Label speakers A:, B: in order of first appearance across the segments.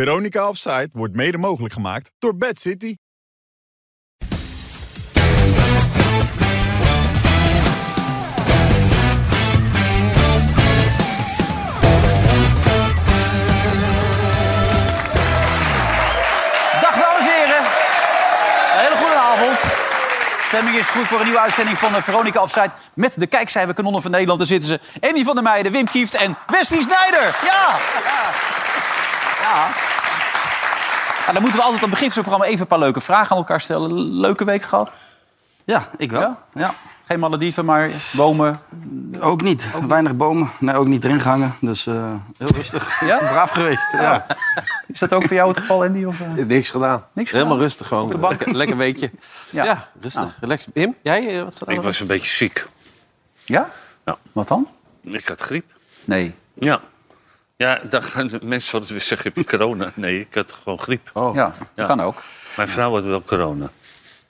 A: Veronica Offside wordt mede mogelijk gemaakt door Bad City.
B: Dag dames en heren. Een hele goede avond. Stemming is goed voor een nieuwe uitzending van eh, Veronica Offside. Met de kijkcijferkanonnen van Nederland. Daar zitten ze. Andy van der Meijden, Wim Kieft en Wesley Snijder. Ja! Ja. Ja, dan moeten we altijd aan het begin van zo'n programma even een paar leuke vragen aan elkaar stellen. Leuke week gehad?
C: Ja, ik wel.
B: Ja?
C: Ja?
B: Geen Malediven, maar bomen.
C: Ook niet. Weinig bomen. Nee, ook niet erin gehangen. Dus eh, heel rustig.
B: Ja?
C: Braaf geweest. Ja.
B: Is dat ook voor jou het geval, Andy? Of, eh?
D: Niks gedaan.
B: Niks
D: Helemaal
B: gedaan?
D: rustig gewoon.
B: de bank.
D: Lekker, lekker weekje.
B: Ja.
D: Ja, rustig. Relax. Wim, jij eh, wat gedaan?
E: Ik was een beetje ziek.
B: Ja?
E: Ja.
B: Wat dan?
E: Ik had griep.
B: Nee.
E: Ja. Ja, dan gaan de mensen altijd weer zeggen, heb je corona? Nee, ik had gewoon griep.
D: Oh.
B: Ja, dat
E: Ja.
B: kan ook.
E: Mijn vrouw had wel corona.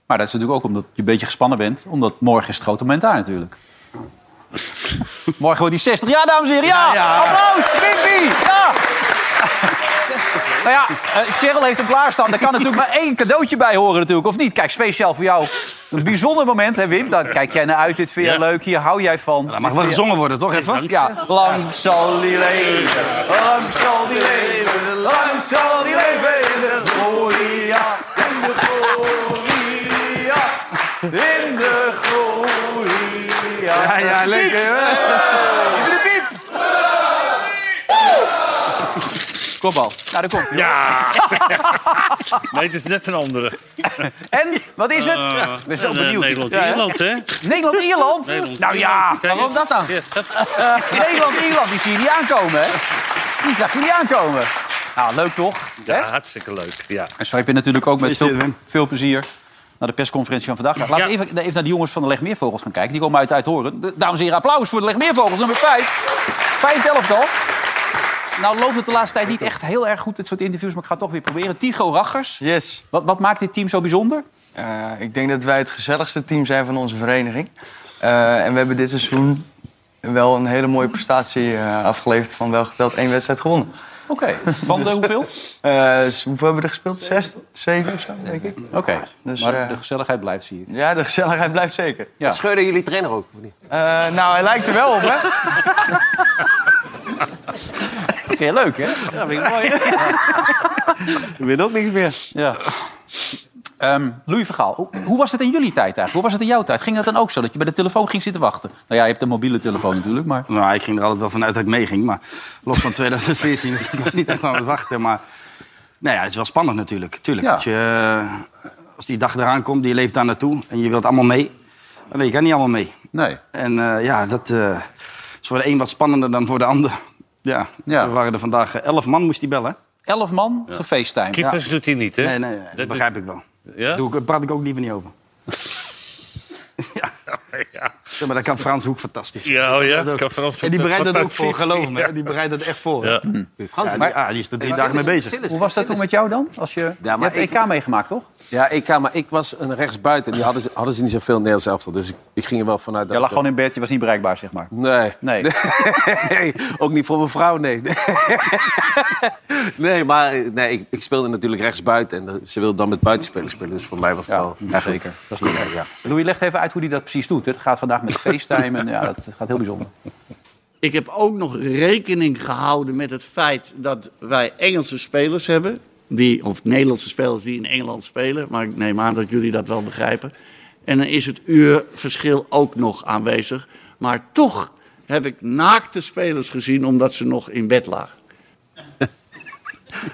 B: Maar dat is natuurlijk ook omdat je een beetje gespannen bent. Omdat morgen is het grote moment daar natuurlijk. morgen wordt die 60 jaar, dames en heren. Ja! Applaus! Wimpy! Ja! 60 Nou ja, eh, Cheryl heeft hem klaarstaan. Daar kan natuurlijk maar één cadeautje bij horen natuurlijk, of niet? Kijk, speciaal voor jou. Een bijzonder moment, hè Wim? Daar kijk jij naar uit. Dit vind je
E: Ja.
B: leuk. Hier hou jij van.
C: Dat mag wel gezongen worden, toch? Even?
B: Ja, lang zal die leven, lang zal die leven, lang zal die leven. De Gloria, in de Gloria, in de Gloria.
C: Ja, ja, lekker.
B: Even de piep. Kom al. Nou, daar komt hij.
E: Ja! nee, het is net een andere.
B: En, wat is het?
E: Eh,
B: Ik ben zo
E: eh,
B: benieuwd. Ja, hè?
E: Nederland-Ierland, hè?
B: Nederland-Ierland?
E: Nederland.
B: nou ja,
E: Kijk eens.
B: waarom dat dan?
E: Ja, dat-
B: Nederland-Ierland, die zie je niet aankomen, hè? Die zag je niet aankomen. Nou, leuk toch? Hè?
E: Ja, hartstikke leuk. Ja.
B: En zo heb je natuurlijk ook met
C: Is dit
B: veel,
C: hem?
B: veel plezier naar de persconferentie van vandaag. Laten we
E: Ja.
B: even, even naar de jongens van de Legmeervogels gaan kijken. Die komen uit Uithoren. De- Dames en heren, applaus voor de Legmeervogels, nummer 5. Vijf elftal. Nou loopt het de laatste tijd niet echt heel erg goed, dit soort interviews. Maar ik ga het toch weer proberen. Tigo Rachers.
F: Yes.
B: Wat, wat maakt dit team zo bijzonder?
F: Eh, ik denk dat wij het gezelligste team zijn van onze vereniging. Eh, en we hebben dit seizoen wel een hele mooie prestatie eh, afgeleverd. Van wel geteld één wedstrijd gewonnen.
B: Oké, van de hoeveel? Oké,
F: Eh, dus hoeveel hebben we er gespeeld? Zes, zeven of zo, denk ik. Dus,
B: maar
F: eh,
B: de gezelligheid blijft, zie ik.
F: Ja, de gezelligheid blijft zeker.
B: Ja.
D: Scheurden jullie trainer ook? of niet?
F: Eh, nou, hij lijkt er wel op, hè?
B: Vind je leuk, hè? Ja, vind ik mooi.
D: Ik weet ook niks meer.
B: Ja. Ehm Louis Vergaal, hoe, hoe was het in jullie tijd eigenlijk? Hoe was het in jouw tijd? Ging dat dan ook zo dat je bij de telefoon ging zitten wachten? Nou ja, je hebt een mobiele telefoon natuurlijk, maar...
C: Nou, ik ging er altijd wel vanuit dat ik meeging. Maar los van 2014, ik was niet echt aan het wachten. Maar nou ja, het is wel spannend natuurlijk. Tuurlijk.
B: Ja.
C: Als, je, eh, als die dag eraan komt, je leeft daar naartoe en je wilt allemaal mee. Dan weet je, ik kan niet allemaal mee.
B: Nee.
C: En eh, ja, dat eh, is voor de een wat spannender dan voor de ander. Ja,
B: Ja.
C: we waren er vandaag eh, elf man, moest die bellen.
B: Elf man, ja.
E: Keepers doet hij niet, hè?
C: Nee, nee, nee, dat
E: doet-
C: begrijp ik wel.
E: Ja?
C: Daar praat ik ook liever niet over. ja,
E: Ja.
C: zeg maar dat kan Frans Hoek fantastisch.
E: Ja, oh ja. Ik kan Frans
F: En die bereidt dat ook voor,
E: fantastisch.
F: geloof me.
E: Ja.
F: Die bereidt dat echt voor.
E: Ja.
D: Frans,
C: Ja, die, ah, die is er drie dagen mee bezig.
B: Hoe was dat toen met jou dan? Als je, je
D: maar
B: hebt
D: ik-
B: EK meegemaakt, toch?
D: Ja, ik, maar ik was een rechtsbuiten. Die hadden, ze- hadden ze niet zoveel Nederlands elftal. Dus ik, ik ging er wel vanuit.
B: Jij
D: dat
B: lag
D: ik-
B: gewoon in bed, je was niet bereikbaar, zeg maar.
D: Nee.
B: Nee.
D: Nee, ook niet voor mijn vrouw, nee. Nee, maar eh, nee, ik, ik speelde natuurlijk rechtsbuiten. En eh, ze wilde dan met buitenspelers spelen. Dus voor mij was het
B: Ja,
D: wel...
B: ja, zeker.
D: Dat is goed, ja.
B: Louis, legt even uit hoe hij dat precies doet. hè. Het gaat vandaag met FaceTime en ja, dat gaat heel bijzonder.
G: Ik heb ook nog rekening gehouden met het feit dat wij Engelse spelers hebben. Die, of Nederlandse spelers die in Engeland spelen. Maar ik neem aan dat jullie dat wel begrijpen. En dan is het uurverschil ook nog aanwezig. Maar toch heb ik naakte spelers gezien omdat ze nog in bed lagen.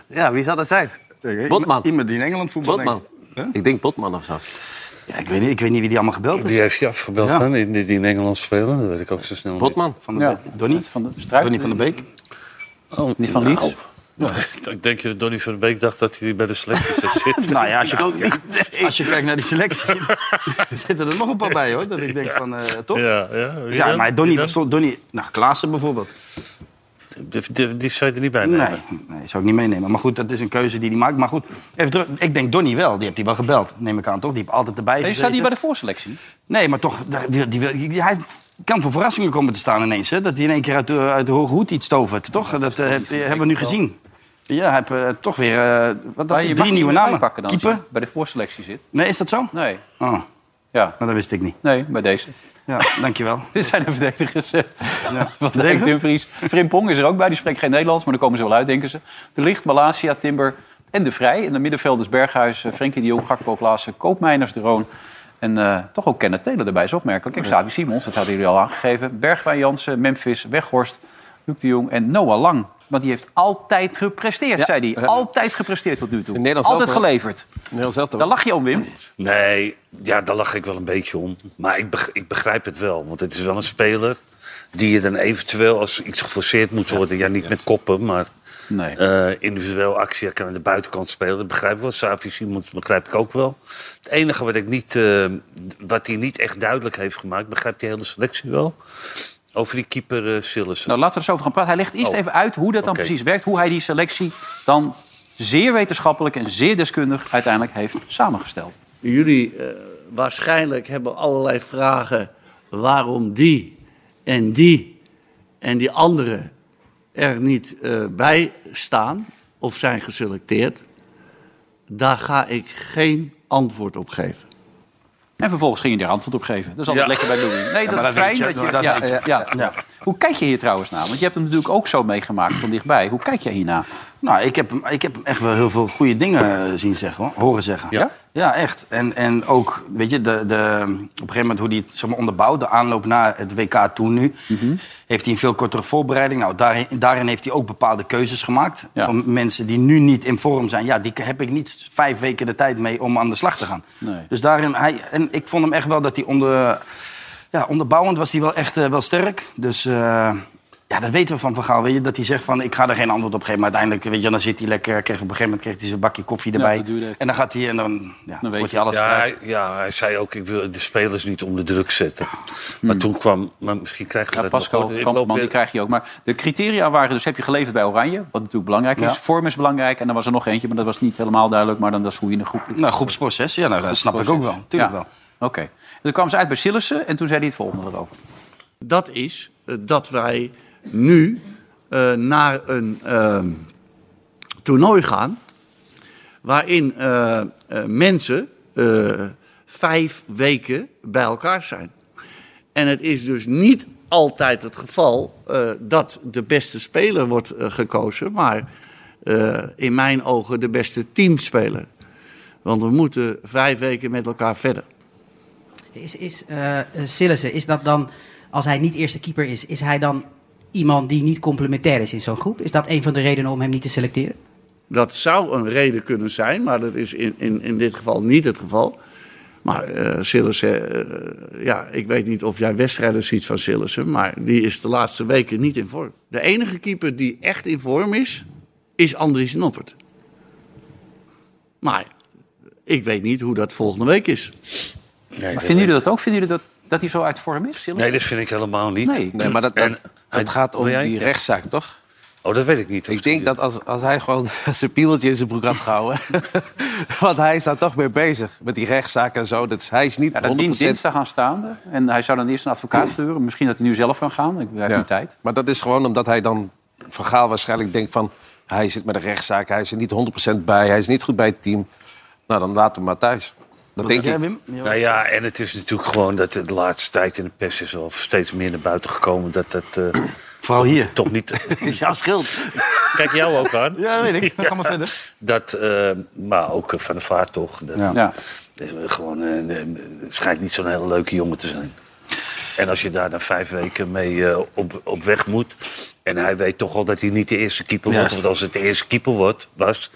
D: ja, wie zou dat zijn? Botman.
C: Iemand die in Engeland voetbal
D: Botman. Ik denk Botman of zo.
C: Ja, ik, weet niet, ik weet niet wie die allemaal gebeld heeft.
E: Die heeft je afgebeld,
C: Ja.
E: hè? Die, die die in Engeland spelen. Dat weet ik ook zo snel niet.
D: Botman.
C: Van de
B: Ja.
C: Beek. Donnie?
B: Van de Struik?
C: Donnie van de Beek. Nou.
E: Oh,
B: Niet van Leeds?
E: Ik denk dat Donny van de Beek dacht dat hij bij de selectie zou zitten.
C: Nou ja, als je, als je kijkt naar die selectie, zitten er nog een paar bij hoor. Dat ik denk van, eh, toch? Ja,
E: Ja, ja. Wie dan?
C: maar Donnie,
E: Wie
C: wat
E: dan?
C: stond Donnie, nou Klaassen bijvoorbeeld.
E: Die, die, die zou je er niet bij nemen.
C: Nee, nee, zou ik niet meenemen. Maar goed, dat is een keuze die hij maakt. Maar goed, even terug. ik denk Donnie wel. Die heeft hij wel gebeld, neem ik aan, toch? Die heeft altijd erbij
B: Nee, staat
C: gezeten.
B: hij bij de voorselectie?
C: Nee, maar toch, daar- die, die, wil- die- hij kan voor verrassingen komen te staan ineens. Hè? Dat hij in één keer uit de, uit de hoge hoed iets tovert, toch? Dat eh, heb- hebben we nu gezien. Ja, hij heeft eh, toch weer eh, wat,
B: Maar
C: dat,
B: je mag
C: drie
B: niet
C: nieuwe
B: meer
C: namen.
B: bijpakken dan als je
C: Keeper?
B: bij de voorselectie zit.
C: Nee, is dat zo?
B: Nee,
C: Oh, nou,
B: ja.
C: dat wist ik niet.
B: nee bij deze.
C: Ja, dankjewel.
B: Dit zijn de verdedigers. eh. Wat denkt
C: Verdedigers?
B: Dumfries? Frimpong is er ook bij, die spreekt geen Nederlands, maar daar komen ze wel uit, denken ze. De Licht, Malasia, Timber en De Vrij. En de middenvelders Berghuis, eh, Frenkie de Jong, Gakpo, Klaassen, Koopmeiners, De Roon. En eh, toch ook Kenneth Telen erbij, is opmerkelijk. En Xavi Simons, dat hadden jullie al aangegeven. Bergwijn Jansen, Memphis, Weghorst, Luc de Jong en Noah Lang. Want die heeft altijd gepresteerd,
D: Ja.
B: zei hij. Altijd gepresteerd tot nu toe.
D: In Nederland
B: altijd
D: ook, hè?
B: geleverd.
D: Nederlands elftal.
B: Daar lach je om, Wim.
E: Nee, ja, daar lach ik wel een beetje om. Maar ik, beg- ik begrijp het wel. Want het is wel een speler die je dan eventueel als iets geforceerd moet worden. Ja, niet met koppen, maar
B: Nee.
E: eh, individueel actie. Hij kan aan de buitenkant spelen. Dat begrijp ik wel. Savi Simons begrijp ik ook wel. Het enige wat, ik niet, eh, wat hij niet echt duidelijk heeft gemaakt... begrijpt die hele selectie wel. Over die keeper eh Sillissen.
B: Nou, laten we er zo over gaan praten. Hij legt eerst
E: Oh.
B: even uit hoe dat dan
E: Oké.
B: precies werkt. Hoe hij die selectie dan zeer wetenschappelijk en zeer deskundig uiteindelijk heeft samengesteld.
G: Jullie eh, waarschijnlijk hebben allerlei vragen waarom die en die en die anderen er niet eh, bij staan of zijn geselecteerd. Daar ga ik geen antwoord op geven.
B: En vervolgens ging je er antwoord op geven. Dat is altijd
E: Ja.
B: lekker bij Louis. Nee, dat is fijn dat je...
C: dat
B: ja,
C: weet
B: ja, ja. Hoe kijk je hier trouwens naar? Want je hebt hem natuurlijk ook zo meegemaakt van dichtbij. Hoe kijk jij hierna?
C: Nou, ik heb, hem- ik heb hem echt wel heel veel goede dingen eh, zien zeggen, hoor. horen zeggen.
E: Ja?
C: Ja, echt. En, en ook, weet je, de, de, op een gegeven moment hoe hij het zeg maar, onderbouwt... de aanloop naar het WK toen nu...
B: Mhm.
C: heeft hij een veel kortere voorbereiding. Nou, daarin, daarin heeft hij ook bepaalde keuzes gemaakt...
B: Ja.
C: van mensen die nu niet in vorm zijn. Ja, die heb ik niet vijf weken de tijd mee om aan de slag te gaan.
B: Nee.
C: Dus daarin, hij, en ik vond hem echt wel dat hij onder... Ja, onderbouwend was hij wel echt eh, wel sterk. Dus eh, ja, dat weten we van Van Gaal. Weet je, dat hij zegt van, ik ga er geen antwoord op geven. Maar uiteindelijk, weet je, dan zit hij lekker... Kreeg, op een gegeven moment kreeg hij zijn bakje koffie erbij.
B: dat duurde even.
C: en dan gaat hij en dan, ja, dan
B: weet
C: wordt
B: je
C: hij alles
E: Ja
C: eruit.
E: hij, ja, hij zei ook, ik wil de spelers niet onder druk zetten.
D: Hmm.
E: Maar toen kwam, maar misschien krijgen we
B: Ja,
E: dat nog.
B: Pascal,
E: hoor. Ik loop
B: Kampman, die
E: weer-
B: krijg je ook. Maar de criteria waren dus, heb je geleverd bij Oranje? Wat natuurlijk belangrijk is.
C: Ja.
B: Vorm is belangrijk. En dan was er nog eentje, maar dat was niet helemaal duidelijk. Maar dan dat is hoe je in een groep...
C: Nou, groepsproces, ja, nou, dat snap ik ook wel. Tuurlijk
B: Ja.
C: wel.
B: Oké. En Toen kwam ze uit bij Sillissen en toen zei hij het volgende erover.
G: Dat is eh, dat wij nu eh, naar een ehm, toernooi gaan. waarin eh, eh, mensen eh, vijf weken bij elkaar zijn. En het is dus niet altijd het geval eh, dat de beste speler wordt eh, gekozen, maar eh, in mijn ogen de beste teamspeler. Want we moeten vijf weken met elkaar verder.
H: Is, is eh, eh, Sillissen, is dat dan, als hij niet eerste keeper is, is hij dan iemand die niet complementair is in zo'n groep? Is dat een van de redenen om hem niet te selecteren?
G: Dat zou een reden kunnen zijn, maar dat is in, in, in dit geval niet het geval. Maar eh Sillissen, eh, ja, ik weet niet of jij wedstrijden ziet van Sillissen, maar die is de laatste weken niet in vorm. De enige keeper die echt in vorm is, is Andries Noppert. Maar ik weet niet hoe dat volgende week is.
E: Nee,
B: Maar
E: dat-
B: vinden jullie dat ook? Vinden jullie dat, dat hij zo uit vorm is? Sillissen?
E: nee, dat vind ik helemaal niet.
B: Nee.
D: Nee, maar dat, dat,
E: En hij-
D: dat gaat om
E: wil jij?
D: die rechtszaak, toch?
E: Oh, dat weet ik niet.
D: Ik denk dat als, als hij gewoon zijn pieltje in zijn broek had gehouden... want hij is daar toch mee bezig, met die rechtszaak en zo. Dat is, hij is niet
B: Ja, dat
D: 100%...
B: dient dinsdag aanstaande. En hij zou dan eerst een advocaat sturen. Misschien dat hij nu zelf kan gaan. Ik heb
D: Ja.
B: nu tijd.
D: Maar dat is gewoon omdat hij dan van Gaal waarschijnlijk denkt van... hij zit met een rechtszaak, hij is er niet 100% bij, hij is niet goed bij het team. Nou, dan laat hem maar thuis. Dat denk ik.
E: Nou ja, en het is natuurlijk gewoon dat de laatste tijd in de pers is al steeds meer naar buiten gekomen dat dat eh,
C: Vooral hier.
E: toch niet.
D: is jouw schuld.
E: Kijk jou ook aan.
C: Ja, dat weet ik. Ga maar verder.
E: Dat, eh, maar ook eh, van de vaart toch. Dat,
C: Ja.
B: Ja.
E: dat is gewoon, eh, eh, het schijnt niet zo'n hele leuke jongen te zijn. En als je daar dan vijf weken mee eh, op, op weg moet. En hij weet toch al dat hij niet de eerste keeper wordt.
C: Juist.
E: Want als het de eerste keeper wordt, was,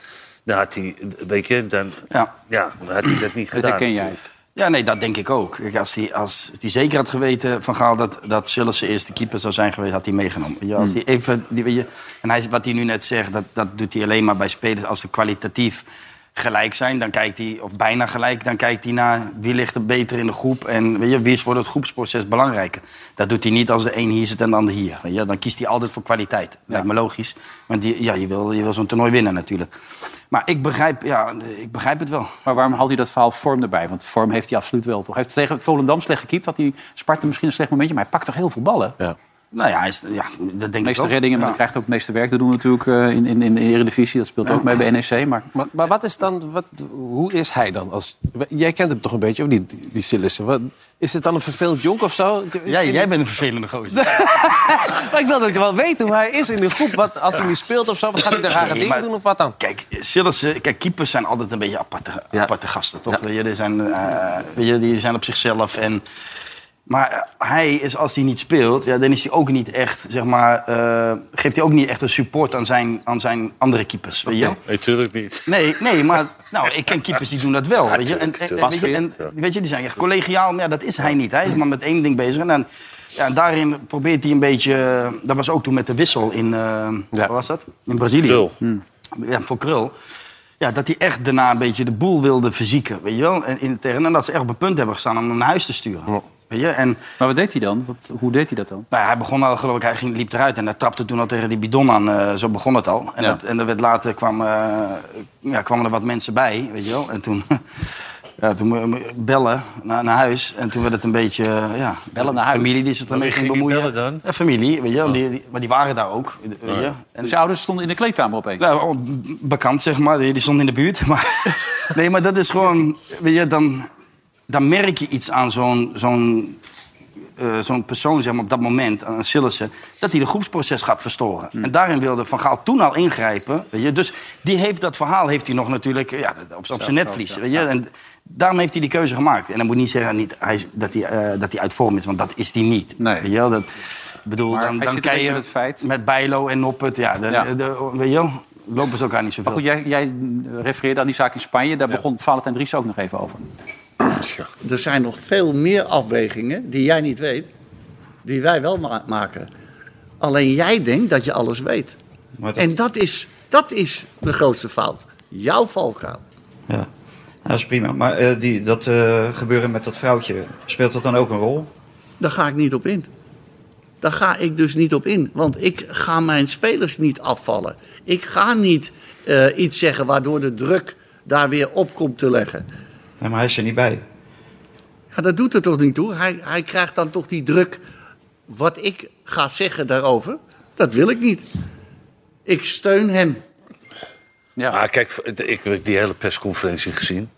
E: dan had hij, weet je, dan,
C: Ja.
E: ja, dan had hij dat niet
B: Dat
E: gedaan.
B: herken jij.
C: Ja, nee, dat denk ik ook. Kijk, als hij als die zeker had geweten van Gaal dat, dat Sillissen eerste keeper zou zijn geweest, had hij meegenomen. Ja, als die even, die, weet je, en hij, wat hij nu net zegt, dat, dat doet hij alleen maar bij spelers als ze kwalitatief gelijk zijn. Dan kijkt hij, of bijna gelijk, dan kijkt hij naar wie ligt er beter in de groep en weet je, wie is voor het groepsproces belangrijker. Dat doet hij niet als de een hier zit en de ander hier. Weet je, dan kiest hij altijd voor kwaliteit. Lijkt me logisch. Want die, ja, je wil, je wil zo'n toernooi winnen natuurlijk. Maar ik begrijp, ja, ik begrijp het wel.
B: Maar waarom haalt hij dat verhaal vorm erbij? Want vorm heeft hij absoluut wel, toch? Hij heeft tegen Volendam slecht gekiept. Had hij Sparta misschien een slecht momentje. Maar hij pakt toch heel veel ballen?
D: Ja.
C: Nou ja, hij is, ja dat denk
B: De
C: ik
B: meeste
C: ook.
B: reddingen, maar
C: Ja.
B: hij krijgt ook het meeste werk te doen natuurlijk eh, in, in, in de Eredivisie. Dat speelt ook mee bij NEC. Maar
D: Maar, maar wat is dan, wat, hoe is hij dan? Als, jij kent hem toch een beetje, of niet, die, die Sillissen? Wat, is het dan een verveeld jonk of zo? Ik- ik-
C: Jij, jij bent een vervelende gozer.
D: Maar ik wil dat ik wel weet hoe hij is in de groep. Wat, als hij niet speelt of zo, wat gaat hij daar rare
C: Nee,
D: dingen
C: maar-
D: doen of wat dan?
C: Kijk, Sillissen, kijk, keepers zijn altijd een beetje aparte,
D: Ja.
C: aparte gasten, toch? Weet je, die, zijn, eh, weet je, die zijn op zichzelf. En, maar eh, hij is, als hij niet speelt, ja, dan is hij ook niet echt, zeg maar, eh, geeft hij ook niet echt een support aan zijn, aan zijn andere keepers. Weet je?
E: Nee, tuurlijk niet.
C: Nee, nee, maar nou, ik ken keepers die doen dat wel. Weet je? En, en- en- weet je, en-
E: Pasveer.
C: weet je, die zijn echt collegiaal, maar ja, dat is hij niet. Hij is maar met één ding bezig. En, dan, ja, en daarin probeert hij een beetje... eh, Dat was ook toen met de wissel in... eh, waar was dat? In Brazilië Hm.
E: Nul.
C: ja, voor Krul. Ja, dat hij echt daarna een beetje de boel wilde verzieken, weet je wel? En, intern, en dat ze echt op het punt hebben gestaan om hem naar huis te sturen. Weet je? En
B: Maar wat deed hij dan? Wat, hoe deed hij dat dan?
C: nou, ja, hij begon al, geloof ik, hij ging, liep eruit en hij trapte toen al tegen die bidon aan. eh, zo begon het al. En,
B: Ja.
C: dat, en er werd later kwam, eh, ja, kwamen er wat mensen bij, weet je wel? En toen, ja, toen mo- mo- bellen naar, naar huis. En toen werd het een beetje, eh, ja,
B: Bellen naar huis.
C: familie die zich ermee
E: Wie
C: ging
E: ging die
C: bemoeien.
E: bellen dan?
C: Ja, familie, weet je wel? Die, die- maar die waren daar ook, weet je? En-
B: Dus je ouders stonden in de kleedkamer opeens.
C: nou, oh, bekend zeg maar, die die stond in de buurt. Maar, nee, maar dat is gewoon, weet je, dan, dan merk je iets aan zo'n zo'n eh, zo'n persoon zeg maar, op dat moment, aan Sillissen, dat hij de groepsproces gaat verstoren.
B: Hmm.
C: En daarin wilde Van Gaal toen al ingrijpen. Weet je? Dus die heeft, dat verhaal heeft hij nog natuurlijk eh, ja, op, op zijn netvlies. Weet je? En daarom heeft hij die keuze gemaakt. En dan moet niet zeggen niet, hij, is- dat, hij, eh, dat hij uit vorm is, want dat is hij niet.
B: Nee.
C: Weet je? wel? Dat, ik bedoel,
B: Maar
C: dan,
B: hij
C: dan
B: zit
C: kan
B: een
C: je
B: beetje met het feit.
C: met Bijlo en Noppert. Ja, de,
B: Ja.
C: de- de- weet je wel, lopen ze elkaar niet zoveel.
B: Maar goed, jij, jij refereerde aan die zaak in Spanje. Daar begon Valentijn Dries ook nog even over.
G: Er zijn nog veel meer afwegingen die jij niet weet, die wij wel ma- maken. Alleen jij denkt dat je alles weet. En dat is, dat is de grootste fout. Jouw valkuil.
I: Ja, Nou, dat is prima. Maar eh, die, dat eh, gebeuren met dat vrouwtje, speelt dat dan ook een rol?
G: Daar ga ik niet op in. Daar ga ik dus niet op in. Want ik ga mijn spelers niet afvallen. Ik ga niet eh, iets zeggen waardoor de druk daar weer op komt te leggen.
I: Ja, maar hij is er niet bij.
G: Ja, dat doet er toch niet toe? Hij, hij krijgt dan toch die druk. Wat ik ga zeggen daarover, dat wil ik niet. Ik steun hem.
B: Ja.
E: Ah, kijk, ik heb die hele persconferentie gezien.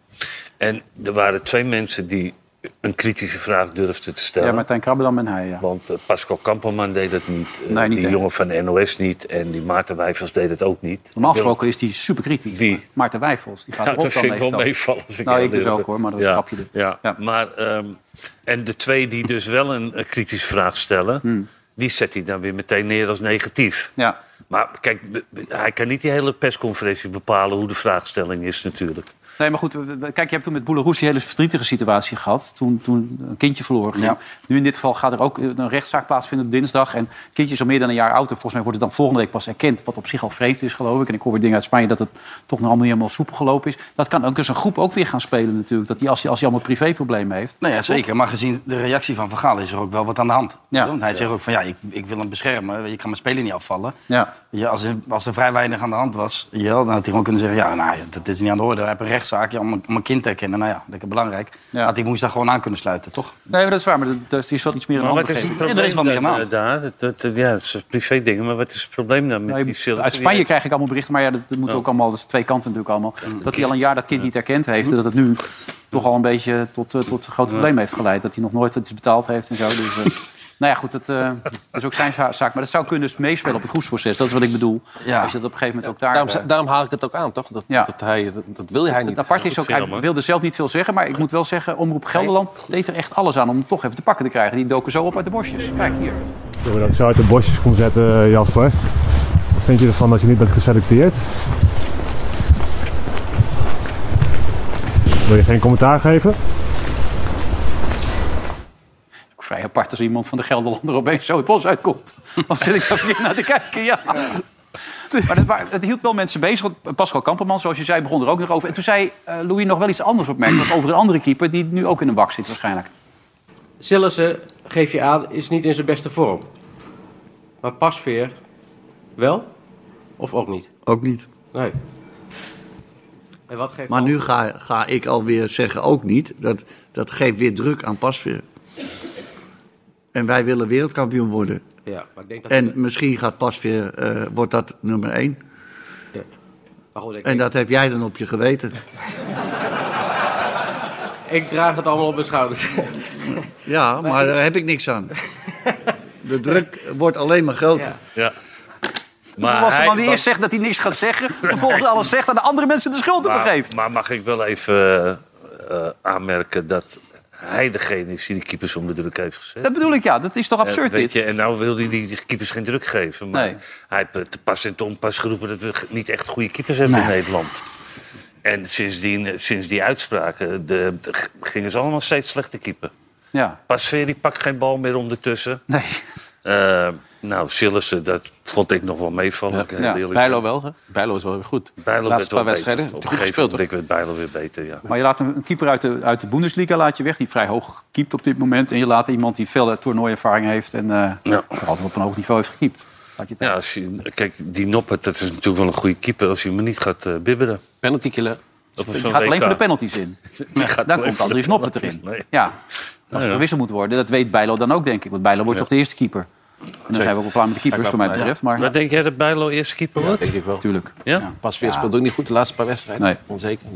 E: En er waren twee mensen die een kritische vraag durfden te stellen.
B: ja, Martijn Krabbelam en hij, ja.
E: Want eh, Pascal Kamperman deed dat niet. eh,
B: Nee, niet
E: die
B: echt.
E: jongen van de NOS niet. En die Maarten Wijfels deed het ook niet.
B: Normaal gesproken is die superkritisch.
E: Wie?
B: Maarten Wijfels. Die gaat
E: Ja,
B: erop
E: dat
B: dan
E: vind ik wel
B: meestal.
E: meevallen. als
B: Nou,
E: heel
B: ik dus
E: eerlijk
B: ook,
E: ben.
B: hoor, maar dat was
E: ja.
B: een grapje dus.
E: Ja.
B: Ja.
E: Maar, ehm, en de twee die dus wel een, eh, kritische vraag stellen... die zet hij dan weer meteen neer als negatief.
B: Hmm. Ja.
E: Maar kijk, be- be- hij kan niet die hele persconferentie bepalen... hoe de vraagstelling is natuurlijk.
B: Nee, maar goed, we- we- kijk, je hebt toen met Boeleroes die hele verdrietige situatie gehad. Toen, toen een kindje verloren ging.
C: Ja.
B: Nu in dit geval gaat er ook een rechtszaak plaatsvinden dinsdag. En het kindje is al meer dan een jaar oud. En volgens mij wordt het dan volgende week pas erkend. Wat op zich al vreemd is, geloof ik. En ik hoor weer dingen uit Spanje dat het toch nog allemaal niet helemaal soepel gelopen is. Dat kan ook eens een groep ook weer gaan spelen natuurlijk. Dat die, als hij als die allemaal privéproblemen heeft.
C: Nou ja, zeker. Maar gezien de reactie van Van Gaal is er ook wel wat aan de hand.
B: Ja.
C: Want Hij zegt ook van ja, ik, ik wil hem beschermen. Ik kan mijn speler niet afvallen.
B: Ja.
C: Ja, als, er, als er vrij weinig aan de hand was, ja, dan had hij gewoon kunnen zeggen... ja, nou, ja, dat is niet aan de orde. Hij heeft een rechtszaak ja, om, een- om een kind te herkennen. Nou ja, dat is belangrijk.
B: Ja.
C: Had hij woensdag gewoon aan kunnen sluiten, toch?
B: Nee, maar dat is waar. Maar dat, dat is wel iets meer een
E: Maar
B: ander
E: wat is
B: gegeven.
E: het
C: Ja,
E: probleem
C: er is wel meer aan de
E: dan,
C: hand.
E: eh, daar? Dat, dat- ja, het is privé dingen, maar wat is het probleem dan met
B: Nou,
E: die
B: je-
E: Sillissen?
B: uit Spanje krijg ik allemaal berichten, maar ja, dat, dat moet ook allemaal, dat is twee kanten natuurlijk allemaal. Dat hij al een jaar dat kind niet herkend heeft en dat het nu toch al een beetje tot, eh, tot grote problemen heeft geleid. Dat hij nog nooit iets betaald heeft en zo. Dus, eh, nou ja, goed, dat eh, is ook zijn za- zaak. Maar dat zou kunnen dus meespelen op het groepsproces. Dat is wat ik bedoel.
C: Ja.
B: Als je dat op een gegeven moment ook daar...
D: Daarom,
B: eh,
D: ze- daarom haal ik het ook aan, toch? Dat,
B: Ja.
D: dat, hij, dat, dat wil hij niet.
B: het apart is ook, hij
E: film, hoor.
B: wilde zelf niet veel zeggen, maar ik moet wel zeggen... Omroep Gelderland deed er echt alles aan om hem toch even te pakken te krijgen. Die doken zo op uit de bosjes. Kijk, hier.
J: Sorry dat ik zo uit de bosjes kon zetten, eh, Jasper. Wat vind je ervan dat je niet bent geselecteerd? Wil je geen commentaar geven?
B: Ook Vrij apart als iemand van de Gelderlander opeens zo het bos uitkomt. Of zit ik daar weer naar te kijken, ja. Maar het, wa- het hield wel mensen bezig. want Pascal Kamperman, zoals je zei, begon er ook nog over. En toen zei eh, Louis nog wel iets anders opmerkelijk over een andere keeper... die nu ook in een bak zit waarschijnlijk.
K: Sillissen, geef je aan, is niet in zijn beste vorm. Maar Pasveer wel? Of ook niet?
G: Ook niet.
K: Nee. En wat geeft
G: Maar
K: dan-
G: nu ga, ga ik alweer zeggen ook niet. Dat, dat geeft weer druk aan Pasveer. En wij willen wereldkampioen worden.
K: Ja, maar ik denk dat...
G: En misschien gaat pas weer, eh, wordt dat nummer één.
K: Ja. Maar goed, ik,
G: En dat heb jij dan op je geweten.
K: ik draag het allemaal op mijn schouders.
G: Ja, maar daar heb ik niks aan. De druk wordt alleen maar groter.
E: Ja.
B: Maar was de man die eerst zegt dat hij niks gaat zeggen, vervolgens alles zegt en de andere mensen de schuld op
E: maar,
B: geeft.
E: maar mag ik wel even eh, eh, aanmerken dat hij degene is die de keepers onder druk heeft gezet?
B: Dat bedoel ik ja, dat is toch absurd
E: Eh,
B: dit?
E: weet Je, en nou wil hij die, die keepers geen druk geven. Maar
B: Nee.
E: hij heeft eh, te pas en te onpas geroepen dat we g- niet echt goede keepers hebben in Nederland. En sindsdien, eh, sinds die uitspraken de, de- g- gingen ze allemaal steeds slechter keeper.
B: Ja.
E: Pasveer die pakt geen bal meer ondertussen.
B: Nee.
E: Eh, nou, Sillissen, dat vond ik nog wel meevallen. Ja.
D: Ja, Bijlo wel, hè? Bijlo is wel weer goed.
E: Bijlo werd
D: Laatste
E: wel
D: paar
E: beter.
D: wedstrijden.
E: Op een
D: Goed
E: gegeven
D: gespeeld, hoor.
E: moment werd Bijlo weer beter, ja.
B: Maar je laat een keeper uit de, uit de Bundesliga laat je weg, die vrij hoog keept op dit moment. En je laat iemand die veel toernooiervaring heeft en eh, toch altijd op een hoog niveau heeft gekiept. Laat je het
E: Ja, als je, kijk, die Noppert, dat is natuurlijk wel een goede keeper als je hem niet gaat eh, bibberen.
D: Penalty killer.
B: Die gaat alleen voor de penalties in. dan komt Andries Noppert erin. Ja. Als er
E: ja.
B: gewisseld moet worden, dat weet Bijlo dan ook, denk ik. Want Bijlo wordt
E: Ja.
B: toch de eerste keeper. En dan zijn we ook wel klaar met de keepers, voor mij betreft. Maar
E: Wat denk jij dat Bijlo eerste keeper wordt?
D: Denk ik wel.
B: natuurlijk.
E: Ja?
D: Pas weer speelt ook niet goed de laatste paar wedstrijden.
B: Nee.
D: Onzeker.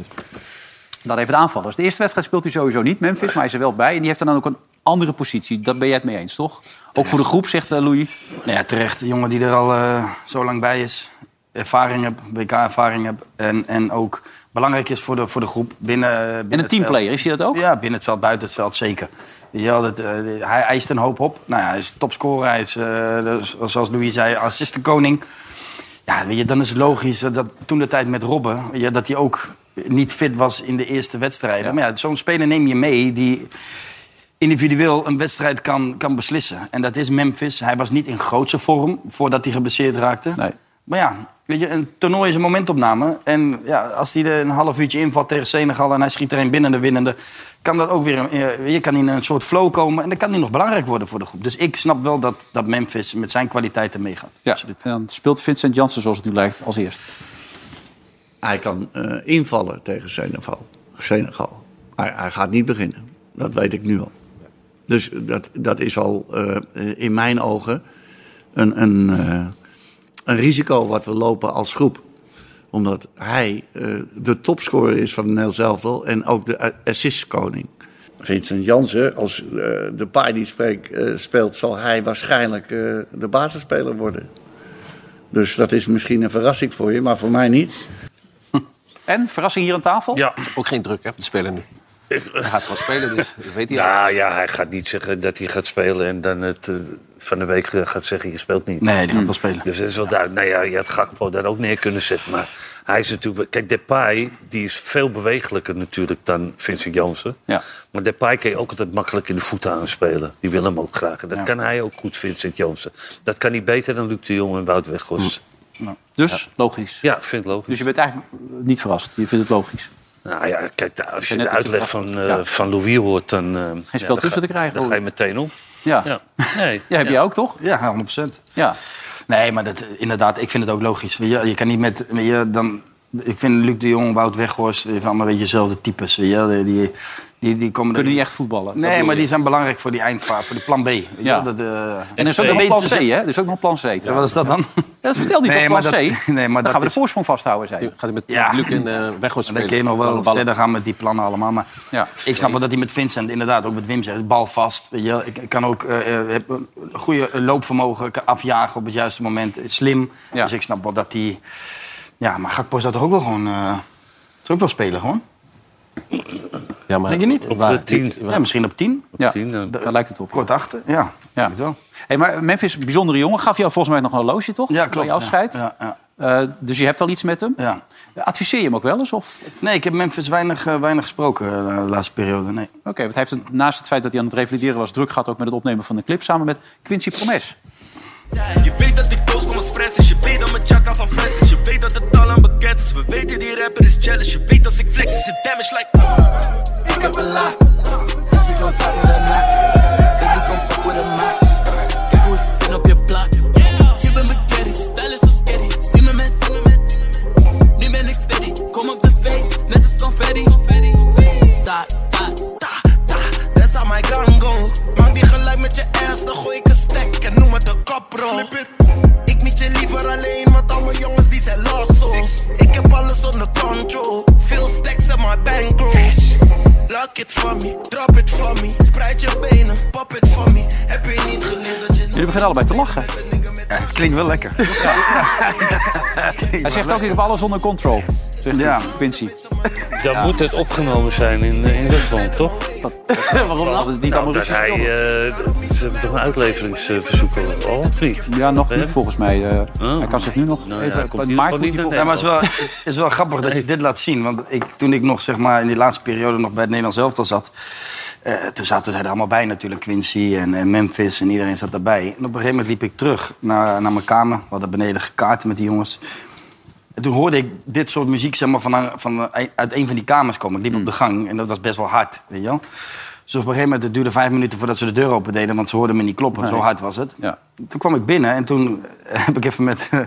B: Dan even de aanvallers. De eerste wedstrijd speelt hij sowieso niet, Memphis, maar hij is er wel bij. En die heeft dan ook een andere positie. Dat ben jij het mee eens, toch? Ook voor de groep, zegt eh, Louis.
C: Nou ja, terecht. Een jongen die er al eh, zo lang bij is. Ervaring heb, WK-ervaring heb. En, en ook belangrijk is voor de, voor de groep binnen, eh, binnen
B: En een teamplayer, is hij dat ook?
C: veld. Ja, binnen het veld, buiten het veld, zeker. Weet Je wel, dat, eh, hij eist een hoop op. Nou ja, hij is topscorer. Hij is, eh, dus, zoals Louis zei, assistenkoning. Ja, weet je, dan is het logisch dat, dat toen de tijd met Robben... weet je, dat hij ook niet fit was in de eerste wedstrijden. Maar ja, zo'n speler neem je mee die individueel een wedstrijd kan, kan beslissen. En dat is Memphis. Hij was niet in grootse vorm voordat hij geblesseerd raakte.
B: Nee.
C: Maar ja, weet je, een toernooi is een momentopname. En ja, als hij er een half uurtje invalt tegen Senegal... en hij schiet er een binnen de winnende... kan dat ook weer een, eh, weet je kan in een soort flow komen. En dan kan hij nog belangrijk worden voor de groep. Dus ik snap wel dat, dat Memphis met zijn kwaliteiten meegaat.
B: Ja. En dan speelt Vincent Janssen, zoals het nu lijkt, als eerst.
G: Hij kan eh, invallen tegen Senegal. Senegal. Hij, hij gaat niet beginnen. Dat weet ik nu al. Dus dat, dat is al eh, eh, in mijn ogen een, een, eh, een risico wat we lopen als groep. Omdat hij eh, de topscorer is van Nederland Elftal en ook de a- assistkoning. Vincent Jansen, als eh, de paai die spreekt, eh, speelt, zal hij waarschijnlijk eh, de basisspeler worden. Dus dat is misschien een verrassing voor je, maar voor mij niet.
B: En, verrassing hier aan tafel?
E: Ja.
D: Dus Ook geen druk, hè, op de speler nu. Hij gaat gewoon spelen, dus dat weet hij al.
E: Ja, ja, hij gaat niet zeggen dat hij gaat spelen en dan het eh, van de week eh, gaat zeggen je speelt niet.
C: Nee, die gaat wel spelen.
E: Dus dat is wel duidelijk. Nou ja, je had Gakpo daar ook neer kunnen zetten. Maar hij is natuurlijk... Kijk, Depay die is veel bewegelijker natuurlijk dan Vincent Janssen.
B: Ja.
E: Maar Depay kan je ook altijd makkelijk in de voeten aanspelen. Die wil hem ook graag. En dat kan hij ook goed, Vincent Janssen. Dat kan hij beter dan Luc de Jong en Wout Weghorst.
B: Dus, logisch.
E: Ja, vind ik logisch.
B: Dus je bent eigenlijk eh, niet verrast. Je vindt het logisch.
E: Nou ja, kijk, da- als je
B: net
E: de
B: dat je
E: uitleg
B: verrast
E: van,
B: was.
E: eh,
B: Ja.
E: van Louis hoort, dan... eh, ja,
B: spel
E: dan
B: tussen
E: ga-
B: te krijgen,
E: Dan
B: hoor.
E: ga je meteen om.
B: Ja.
E: Ja, nee.
B: Ja, heb
E: ja.
B: jij ook, toch?
C: Ja, 100%.
B: Ja.
C: Nee, maar dat, eh, inderdaad, ik vind het ook logisch. Weet Je, je kan niet met... weet Je, dan, ik vind Luc de Jong, Wout Weghorst... eh, van allemaal een beetje dezelfde types. weet Je, die, die, die, die komen
B: Kunnen
C: er-
B: niet echt voetballen. Dat
C: Nee,
B: bedoel
C: maar
B: je.
C: die zijn belangrijk voor die eindvaart, voor die plan B. Weet je,
B: Ja.
C: dat, eh,
B: En er is ook
E: Dat
B: nog een plan
C: weten
B: C,
C: ze-
B: hè? Er is ook nog een plan C.
C: Ja, wat is dat dan?
B: Dat vertelde hij
C: Nee,
B: toch,
C: maar
B: plan
C: dat-
B: C?
C: nee, maar
B: Dan
C: dat
B: gaan we de
C: is-
B: voorsprong vasthouden, zei hij.
D: Gaat hij met
C: Ja.
D: Luc en eh Weghorst
C: Dan
D: spelen.
C: kun je nog wel
D: Ballen.
C: verder gaan met die plannen allemaal. Maar
B: Ja.
C: ik snap wel dat hij met Vincent, inderdaad, ook wat Wim zegt, bal vast. Weet je, wel. ik ik kan ook eh, eh, heb een goede loopvermogen, kan afjagen op het juiste moment, is slim.
B: Ja.
C: Dus ik snap wel dat hij... Ja, maar Gakpo zou toch ook wel gewoon... eh zou ook wel spelen, gewoon?
D: Ja, maar,
C: Denk je niet?
D: Op waar?
E: tien.
C: Ja, misschien op 10.
B: Ja,
E: Tien, dan-
B: daar lijkt het op.
C: Kort achter, ja. ik denk het eh, wel.
B: Hey, maar Memphis, een bijzondere jongen. Gaf jou volgens mij nog een loge, toch?
C: Ja,
B: Bij
C: klopt.
B: je afscheid.
C: Ja, ja,
B: Eh, dus je hebt wel iets met hem.
C: ja. ja.
B: Adviseer je hem ook wel eens? Of... Oké,
C: Nee, ik heb Memphis weinig, eh, weinig gesproken eh, de laatste periode, nee.
B: want hij heeft het, naast het feit dat hij aan het revalideren was... druk gehad ook met het opnemen van de clip... samen met Quincy Promes.
L: Je weet dat ik koos kom als fres is. Je weet dat mijn jack aan van fles is. Je weet dat het al aan bekend is. We weten die rapper is jealous. Je weet als ik flex is het damage like. Ik heb een laag. Dus je kan zakken daarna. Denk ik kan fuck with een maat. Kijk hoe ik spin op je plaat. Je bent me carry. Style is zo scary. Zie me met. Nu ben ik steady. Kom op de face. Net als confetti. Da, da, da, da. That's how my gun go. Maak die geluid met je ass. Dan gooi ik een stek en noem het een kop.
M: bankroll. Veel stacks in mijn bankroll. Lock it for me, drop it for me. Spreid je benen, pop it for me. Heb je niet geleerd dat je
B: Jullie beginnen allebei te lachen.
C: het klinkt wel lekker.
B: Hij zegt ook, ik heb alles onder controle. Zegt ja. Quincy.
E: Dan moet het opgenomen zijn in, eh, in Rusland, toch?
B: Waarom dan?
E: Niet nou, dat hij, eh, d- ze hebben toch een uitleveringsverzoek al, al, Oh, of niet?
B: Ja, nog niet volgens mij. eh Hij kan zich nu nog
E: Nou ja,
B: even...
E: hij komt in ieder
B: Maart
E: geval
B: moet
E: niet
B: hij
E: naar
B: volgens-
C: Ja, maar het is wel, het is wel grappig dat je dit laat zien. Want ik, toen ik nog, zeg maar, in die laatste periode nog bij het Nederlands elftal zat... eh, toen zaten zij er allemaal bij natuurlijk, Quincy en, en Memphis en iedereen zat daarbij. En op een gegeven moment liep ik terug naar, naar mijn kamer. We hadden beneden gekaarten met die jongens. En toen hoorde ik dit soort muziek zeg maar, van, van, uit een van die kamers komen. Ik liep op de gang en dat was best wel hard, weet je wel. Dus op een gegeven moment, het duurde vijf minuten voordat ze de deur open deden... want ze hoorden me niet kloppen, zo hard was het. Toen kwam ik binnen en toen heb ik even met... eh,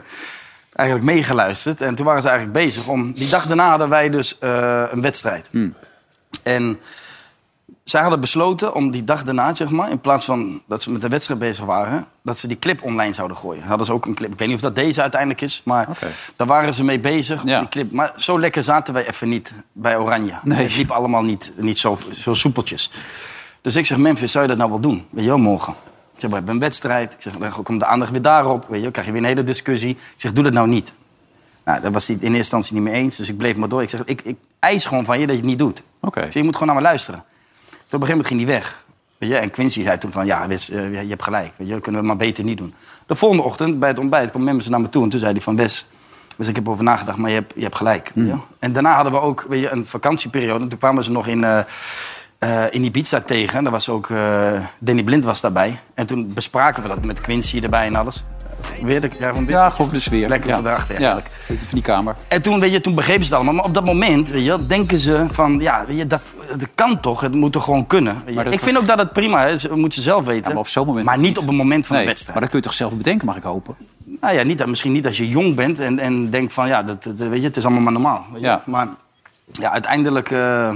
C: eigenlijk meegeluisterd. En toen waren ze eigenlijk bezig om... Die dag daarna hadden wij dus eh, een wedstrijd. En zij hadden besloten om die dag daarna, zeg maar... in plaats van dat ze met de wedstrijd bezig waren... dat ze die clip online zouden gooien. Hadden ze ook een clip. Ik weet niet of dat deze uiteindelijk is, maar... Daar waren ze mee bezig, die clip. Maar zo lekker zaten wij even niet bij Oranje. Het liep allemaal niet, niet zo, zo soepeltjes. Dus ik zeg, Memphis, zou je dat nou wel doen? Weet je wel, morgen. Ik zeg, we hebben een wedstrijd. Ik zeg, dan komt de aandacht weer daarop. Weet je, wel, krijg je weer een hele discussie. Ik zeg, doe dat nou niet. Nou, daar was hij het in eerste instantie niet mee eens. Dus ik bleef maar door. Ik zeg, ik, ik eis gewoon van je dat je het niet doet.
B: Oké.
C: Ik zeg, je moet gewoon naar me luisteren. Toen op een gegeven moment ging hij weg. Weet je, en Quincy zei toen van, ja, Wes, eh, je hebt gelijk. Weet je, dat kunnen we maar beter niet doen. De volgende ochtend bij het ontbijt kwam Memphis naar me toe. En toen zei hij van, Wes, dus ik heb erover nagedacht, maar je hebt, je hebt gelijk. weet je wel. En daarna hadden we ook weet je, een vakantieperiode. En toen kwamen ze nog in, eh eh in Ibiza tegen. En Daar was ook, eh, Danny Blind was daarbij. En toen bespraken we dat met Quincy erbij en alles. Weer de krijgen we een
B: Ja, gewoon voor de sfeer.
C: dus Lekker
B: ja.
C: gedrag, ja.
B: Ja, van die kamer.
C: En toen, weet je, toen begrepen ze het allemaal. Maar op dat moment weet je, wel, denken ze van, ja, weet je, dat, dat kan toch? Het moet toch gewoon kunnen? weet je.
B: Maar dat
C: Ik
B: is
C: vind
B: toch-
C: ook dat het prima is. Dat moeten ze zelf weten. maar op zo'n moment Maar niet op het moment van
B: Nee,
C: de wedstrijd.
B: maar dat kun je toch zelf bedenken, mag ik hopen?
C: Nou ja, niet, dat- misschien niet als je jong bent en, en denkt van, ja, dat, dat- weet je, het is allemaal maar normaal. weet je.
B: Ja.
C: Maar ja, uiteindelijk, eh,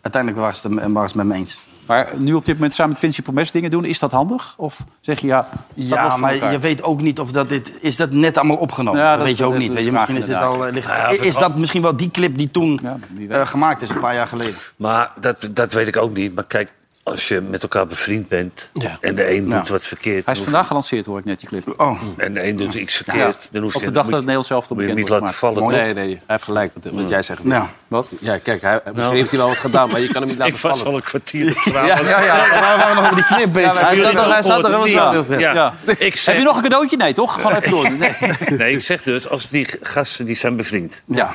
C: uiteindelijk waren ze het waren ze het met me eens.
B: Maar nu op dit moment samen met Quincy Promes dingen doen, is dat handig? Of zeg je ja, staat los
C: Ja,
B: van
C: maar
B: elkaar?
C: je weet ook niet of dat dit... Is dat net allemaal opgenomen?
B: Ja,
C: dat,
B: dat
C: weet je
B: is-
C: ook
B: dat
C: niet.
B: is
C: Weet je,
B: de vraag
C: misschien is, dit
B: inderdaad.
C: al, eh, ligt-
E: Ja, ja,
C: is
E: vertrouw-
C: dat misschien wel die clip die toen eh, gemaakt is, een paar jaar geleden?
E: Maar dat, dat weet ik ook niet. Maar kijk, als je met elkaar bevriend bent en de een doet
B: Ja.
E: wat verkeerd...
B: Hij is
E: dan
B: vandaag gelanceerd, hoor ik net, die clip.
C: Oh.
E: hoef- En de een doet iets verkeerd,
B: Ja.
E: dan hoef je...
B: Op de dag dat het Nederlands zelf
E: moet je hem niet laten vallen, toch?
D: Nee, nee, hij heeft gelijk wat, wat jij zegt.
E: Ja.
D: Wat? Ja, kijk, hij, misschien heeft hij wel wat gedaan, maar je kan hem niet laten
E: Ik
D: vallen.
E: was al een kwartier
D: Ja, ja, ja.
B: Ja, maar we waren nog over die knip bezig.
D: Ja, maar
B: hij,
D: jullie
B: staat nog- hij staat er
D: antwoorden
B: wel
D: niet.
B: eens aan.
E: Ja.
B: Ja.
E: Ik zeg-
B: Heb je nog een cadeautje? Nee, toch? Gewoon even door. Nee.
E: Nee, ik zeg dus, als die gasten die zijn bevriend.
C: Ja.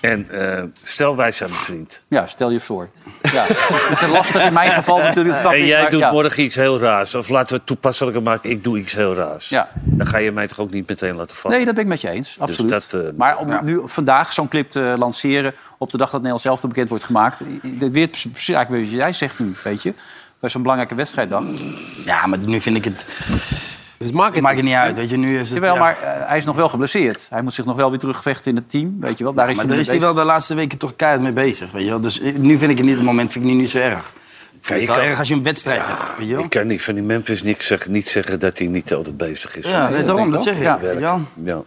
E: En eh, stel wij zijn bevriend.
B: Ja, stel je voor. Ja. Dat is lastig in mijn geval natuurlijk. snap
E: en
B: ik,
E: jij
B: maar
E: doet
B: ja.
E: morgen iets heel raars. Of laten we het toepasselijker maken, ik doe iets heel raars.
B: Ja.
E: Dan ga je mij toch ook niet meteen laten vallen.
B: Nee, dat ben ik met je eens. Absoluut.
E: Dus dat, eh,
B: maar om nu vandaag zo'n clip te lanceren... op de dag dat Nederland zelf te bekend wordt gemaakt... dit weer precies eigenlijk weer wat jij zegt nu, weet je. Bij zo'n belangrijke wedstrijddag.
C: Ja, maar nu vind ik het...
D: Dus maakt
C: Maakt het niet uit, weet je. Nu is het...
B: Jawel,
C: ja.
B: maar eh, hij is nog wel geblesseerd. Hij moet zich nog wel weer terugvechten in het team, weet je wel. Daar is
C: maar
B: hij
C: daar
B: mee
C: is hij
B: bezig.
C: wel de laatste weken toch keihard mee bezig. Weet je wel? Dus eh, nu vind ik het niet op het moment vind ik het niet zo erg. Ik vind het wel erg als je een wedstrijd hebt. Weet je wel?
E: Ik kan niet van die Memphis niks zeggen, niet zeggen dat hij niet altijd bezig is.
C: Ja, nee, daarom, dat zeg ik.
E: Ja,
C: Ja, ja.
E: ja.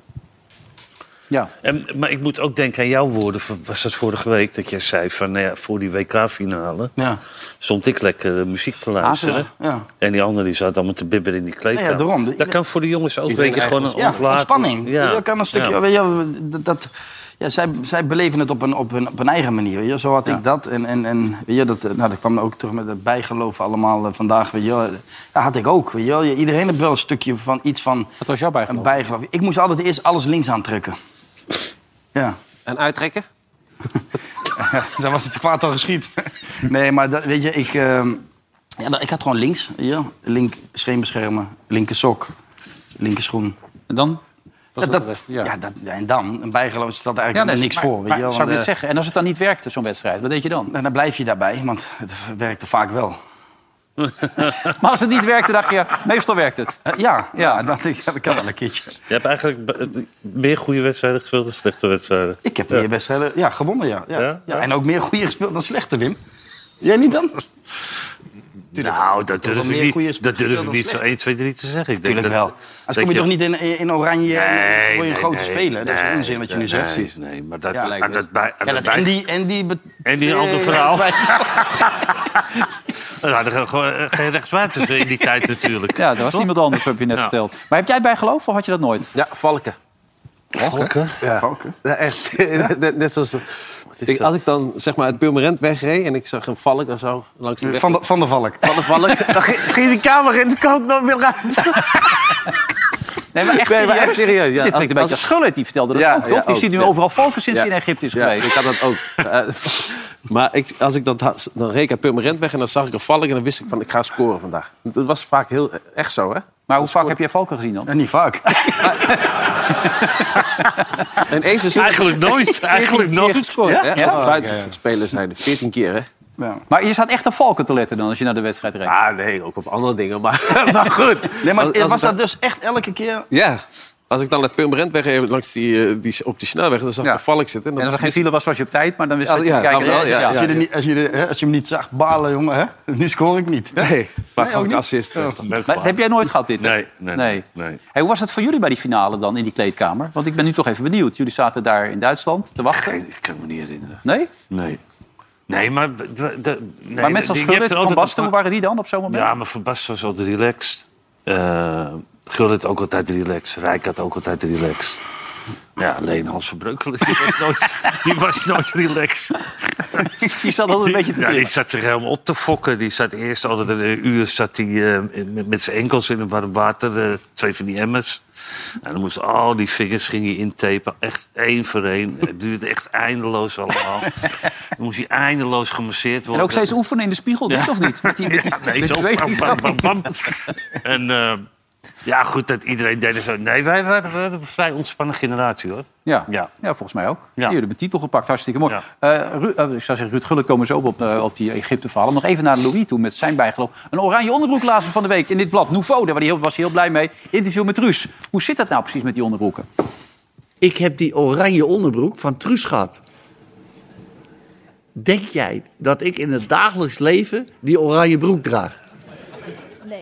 B: Ja.
E: En, maar ik moet ook denken aan jouw woorden. van- Was dat vorige week dat jij zei van nou ja, voor die WK-finale
C: Ja.
E: stond ik lekker eh, muziek te luisteren.
C: Ah, zo, ja.
E: En die andere die zat allemaal te bibberen in die kleedkamer.
C: Ja, ja, daarom.
E: Dat kan voor de jongens ook.
C: Iedereen
E: Weet je, gewoon een
C: eigen- ja,
E: ontlading.
C: ontspanning.
E: Ja.
C: Je kan een stukje.
E: Ja.
C: Weet je, dat, dat- ja, zij, zij beleven het op een, op een, op een eigen manier. Weet je. Zo had ik dat. En, en, en weet je, dat, eh, nou, dat kwam ook terug met het bijgeloof allemaal eh, vandaag. Weet je. wel. Ja, had ik ook. Weet je. wel. Iedereen heeft wel een stukje van iets van.
B: Wat was jouw bijgeloof?
C: Een bijgeloof. Ik moest altijd eerst alles links aantrekken. Ja.
D: En uittrekken?
C: Dan was het kwaad al geschied. nee, maar dat, weet je, ik, ehm, ja, dat- ik had gewoon links. Ja, link scheenbeschermen, linker sok, linker schoen.
B: En dan?
C: Ja,
B: Dat is ook
C: dat,
B: wel- ja.
C: ja. dat, ja, en dan, een bijgeloof stelt eigenlijk
B: nee,
C: niks
B: maar-
C: voor.
B: maar
C: weet je, wel,
B: zou ik
C: want, eh, Nou,
B: dit zeggen? En als het dan niet werkte, zo'n wedstrijd, wat deed je dan?
C: dan, dan blijf je daarbij, want het werkte vaak wel.
B: Maar als het niet werkte, dacht je, meestal werkt het.
C: Eh, ja, ja. dat, ik, dat kan wel een keertje.
E: Je hebt eigenlijk be- eh, meer goede wedstrijden gespeeld dan slechte wedstrijden.
C: Ik heb hier wedstrijden ja, gewonnen, ja. Ja,
E: Ja?
C: ja. En ook meer goede gespeeld dan slechte, Wim. Jij niet dan?
E: Nou, dat
C: Toch wel
E: durf ik
C: meer
E: niet,
C: goede
E: dat durf
C: speelden
E: ik
C: dan
E: niet zo
C: slecht.
E: 1, 2, 3 te zeggen. Ik
C: Tuurlijk
E: dat-
C: wel.
E: dat
C: Als kom je
E: je-
C: toch niet in, in oranje en word je
E: Nee,
C: een
E: nee,
C: grote
E: nee.
C: speler? Dat is
E: Nee,
C: onzin wat je nu
E: nee,
C: zegt.
E: Nee, maar dat
C: Ja.
E: lijkt me... dat bij-
C: Ja, dat
E: bij-
C: Andy, Andy... be-
E: Andy, een ander
C: eh,
E: verhaal.
C: bij-
E: We hadden gewoon eh, geen rechtsbuitens in die tijd natuurlijk.
B: Ja, er was
E: Toch?
B: niemand anders, heb je net
E: Ja.
B: verteld. Maar heb jij bijgeloof of had je dat nooit?
D: Ja, valken.
E: Valken?
D: Ja. Ja, echt. Net, net zoals... Ik- als ik dan zeg maar het Purmerend wegreed en ik zag een valk of zo langs de weg.
C: Van de, van de Valk.
D: Van de valk. dan ging, ging die kamer in, dan kwam ik nooit meer uit.
B: Nee, maar echt
D: Nee, maar
B: serieus.
D: echt serieus, ja.
B: Dit klinkt een
D: Als-
B: beetje als Gullit, die vertelde dat
D: Ja,
B: ook, toch?
D: ja,
B: die
D: ook,
B: zit nu
D: ja.
B: overal volgens sinds hij in Egypte is
D: Ja,
B: geweest.
D: ik had dat ook. Eh, maar ik, als ik dat had, dan reed ik uit Purmerend weg en dan zag ik een valk en dan wist ik van ik ga scoren vandaag. Dat was vaak heel echt zo, hè?
B: Maar hoe vaak heb jij Valken gezien dan?
C: En niet vaak.
D: En één seizoen...
E: Eigenlijk nooit.
D: 14
E: Eigenlijk
D: keer
E: nooit.
D: gescoord,
B: Ja?
D: hè?
B: Ja?
D: Als
B: Oh,
D: buitenspeler zijn, 14 keer, hè?
B: Maar je staat echt op Valken te letten dan, als je naar de wedstrijd reed?
D: Ah, nee, ook op andere dingen. Maar, maar goed.
C: Nee, maar
D: Als- als
C: was
D: ik
C: dat dus echt elke keer...
D: dan- Ja. Als ik dan het Purmerend wegreed langs die, eh, die, op die snelweg, dan zag ik een valk zitten.
B: En als er geen file was, was je op tijd, maar dan wist je
D: Ja,
B: dat je
D: ja,
B: kijken.
D: dan wel, ja,
C: Als je, er niet, als, je er- hè, als je hem niet zag, balen, jongen. Hè? Nu scoor ik niet.
D: Nee, maar
C: Nee,
D: gewoon
C: ook
D: een
C: niet.
D: assist.
C: Ja.
B: Maar heb jij nooit gehad dit? hè?
E: Nee, nee, nee. nee.
B: Hey, hoe was het voor jullie bij die finale dan in die kleedkamer? Want ik ben nu toch even benieuwd. Jullie zaten daar in Duitsland te wachten.
E: Ik kan me niet herinneren.
B: Nee?
E: Nee. Nee, maar... d- d- nee,
B: maar mensen als
E: je hebt
B: Gullit,
E: er
B: Van
E: altijd
B: Basten,
E: een
B: hoe waren die dan op zo'n moment?
E: Ja, maar Van Basten was altijd relaxed. Eh Gullit ook altijd relaxed. Rijk had ook altijd relaxed. Ja, alleen Hans van Breukelen die was nooit, die was nooit relaxed.
B: Die zat altijd een beetje te
E: Ja, die
B: trillen.
E: zat zich helemaal op te fokken. Die zat eerst altijd een uur zat die, eh, met, met zijn enkels in het warm water. eh, twee van die emmers. En dan moesten al die vingers ging hij intapen. Echt één voor één. Het duurde echt eindeloos allemaal. Dan moest hij eindeloos gemasseerd
B: En
E: worden.
B: ook steeds oefenen in de spiegel, denk ik,
E: Ja.
B: of niet? Met die, met die-
E: Ja, nee,
B: met
E: zo.
B: die-
E: Bam, bam, bam, bam. En eh, ja, goed dat iedereen deed er zo. Nee, wij waren wij waren een vrij ontspannen generatie, hoor.
B: Ja. Ja.
E: Ja.
B: volgens mij ook.
E: Ja.
B: Jullie hebben de titel gepakt, hartstikke mooi.
E: Ja.
B: Eh, Ru- eh, ik zou zeggen, Ruud Gullit komen we zo op, op, eh, op die Egypte-verhalen. Nog even naar Louis toe met zijn bijgeloof. Een oranje onderbroek laatste van de week in dit blad. Nouveau, daar was hij heel, was hij heel blij mee. Interview met Ruus. Hoe zit dat nou precies met die onderbroeken?
G: Ik heb die oranje onderbroek van Truus gehad. Denk jij dat ik in het dagelijks leven die oranje broek draag?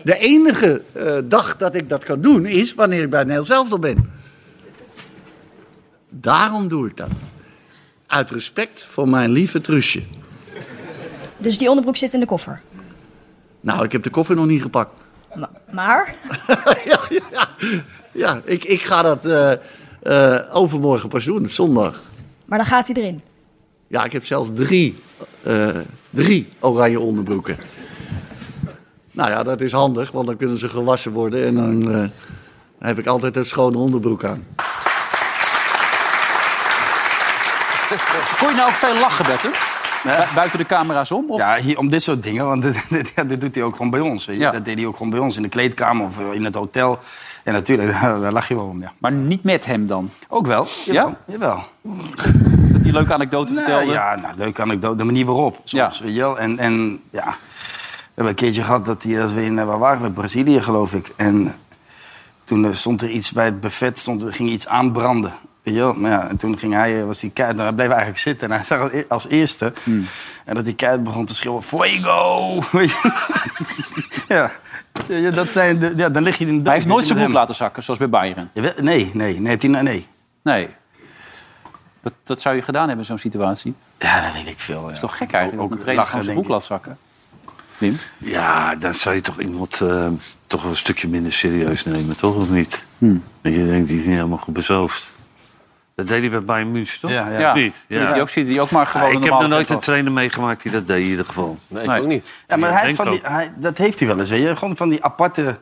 G: De enige eh, dag dat ik dat kan doen is wanneer ik bij Nederland zelf al ben. Daarom doe ik dat. Uit respect voor mijn lieve Truusje.
N: Dus die onderbroek zit in de koffer.
G: Nou, ik heb de koffer nog niet gepakt.
N: Maar?
G: Ja, ik, ik ga dat eh, eh, overmorgen pas doen, zondag.
N: Maar dan gaat hij erin.
G: Ja, ik heb zelfs drie, eh, drie oranje onderbroeken. Nou ja, dat is handig, want dan kunnen ze gewassen worden en dan eh, heb ik altijd een schone onderbroek aan.
B: Kon je nou ook veel lachen, Betten? Bu- Eh, Buiten de camera's om? Of?
C: Ja, hier, om dit soort dingen, want dit, dit- ja, dit doet hij ook gewoon bij ons. weet je.
B: Ja.
C: Dat deed hij ook gewoon bij ons in de kleedkamer of eh, in het hotel. En natuurlijk, daar, daar lach je wel om, ja.
B: Maar niet met hem dan?
C: Ook wel, jawel.
B: Ja?
C: jawel.
B: Dat die leuke anekdote
C: Nou,
B: vertelde?
C: ja, nou, leuke anekdote. De manier waarop, soms,
B: Ja.
C: weet je wel. En, en ja, we hebben een keertje gehad dat, die, dat we in, eh, waar waren we? Brazilië, geloof ik. En toen eh, stond er iets bij het buffet, stond, er ging iets aanbranden. Weet je wel? Maar ja, en toen ging hij, eh, was die keihard, hij bleef eigenlijk zitten. En hij zag als e- als eerste, en dat die keihard begon te schreeuwen, Fuego! Weet je? ja. Ja, ja, dat zijn de, ja, dan lig je in de
B: Hij heeft nooit zijn broek
C: boek
B: laten zakken, zoals bij Bayern.
C: laten... Nee, nee, nee, heeft hij, nee.
B: Nee. Dat, dat zou je gedaan hebben in zo'n situatie. Dat
C: Ja, dat weet ik veel. Dat
B: is toch gek eigenlijk, dat een trainer gewoon zijn broek laat zakken? Wim?
E: Ja, dan zou je toch iemand eh, toch wel een stukje minder serieus nemen, toch? Of niet?
B: Hmm.
E: Dat je denkt, die is niet helemaal goed bezoofd. Dat deed hij bij Bayern München, toch?
C: Ja, ja.
B: Ja,
E: Niet?
B: zodat Die, ook, ziet die ook maar gewoon
E: ik
B: een
E: heb
B: normale
E: nog nooit
B: vent
E: een
B: was.
E: trainer meegemaakt die dat deed in ieder geval.
D: Nee, ik
B: Nee.
D: ook niet.
C: Ja, maar
E: Ja,
C: hij, heeft
E: denk
C: van die,
E: ook.
C: hij- dat heeft hij wel eens. Weet je? Gewoon van die aparte,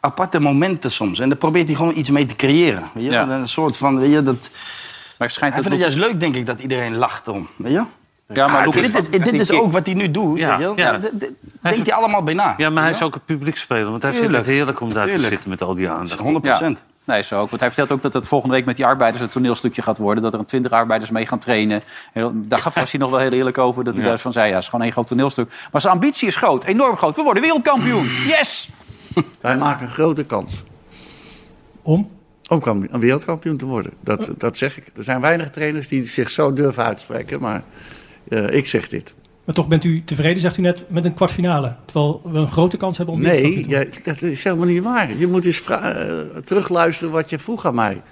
C: aparte momenten soms. En daar probeert hij gewoon iets mee te creëren. Weet je?
B: Ja.
C: Een soort van, weet je, dat...
B: Maar het schijnt
C: Hij
B: dat
C: vindt het
B: Loek-
C: juist leuk, denk ik, dat iedereen lacht om. Weet je?
B: Ja, maar
E: Ah,
B: Loek
E: het is-
C: Dit is, dit is ook wat hij nu doet.
E: Ja,
C: weet je?
E: ja.
C: Dat- dat- dat
E: Hij is
C: denkt hij allemaal bij na.
E: Ja, maar hij is ook een publieksspeler, want hij
C: Tuurlijk.
E: vindt het heerlijk om daar te
C: Tuurlijk.
E: zitten met al die aandacht.
C: 100
B: Ja. Nee, zo ook. Want hij vertelt ook dat het volgende week met die arbeiders een toneelstukje gaat worden. Dat er een twintig arbeiders mee gaan trainen. En dat- daar gaf- was hij nog wel heel eerlijk over. Dat hij
E: Ja.
B: daarvan zei, ja, het is gewoon één groot toneelstuk. Maar zijn ambitie is groot, enorm groot. We worden wereldkampioen. Yes!
G: Wij maken een grote kans. Om? Om kam- een wereldkampioen te worden. Dat, dat zeg ik. Er zijn weinig trainers die zich zo durven uitspreken, maar eh, ik zeg dit.
O: Maar toch bent u tevreden, zegt u net, met een kwartfinale. Terwijl we een grote kans hebben om die te
G: Nee, jij- dat is helemaal niet waar. Je moet eens vra- eh, terugluisteren wat je vroeg aan mij.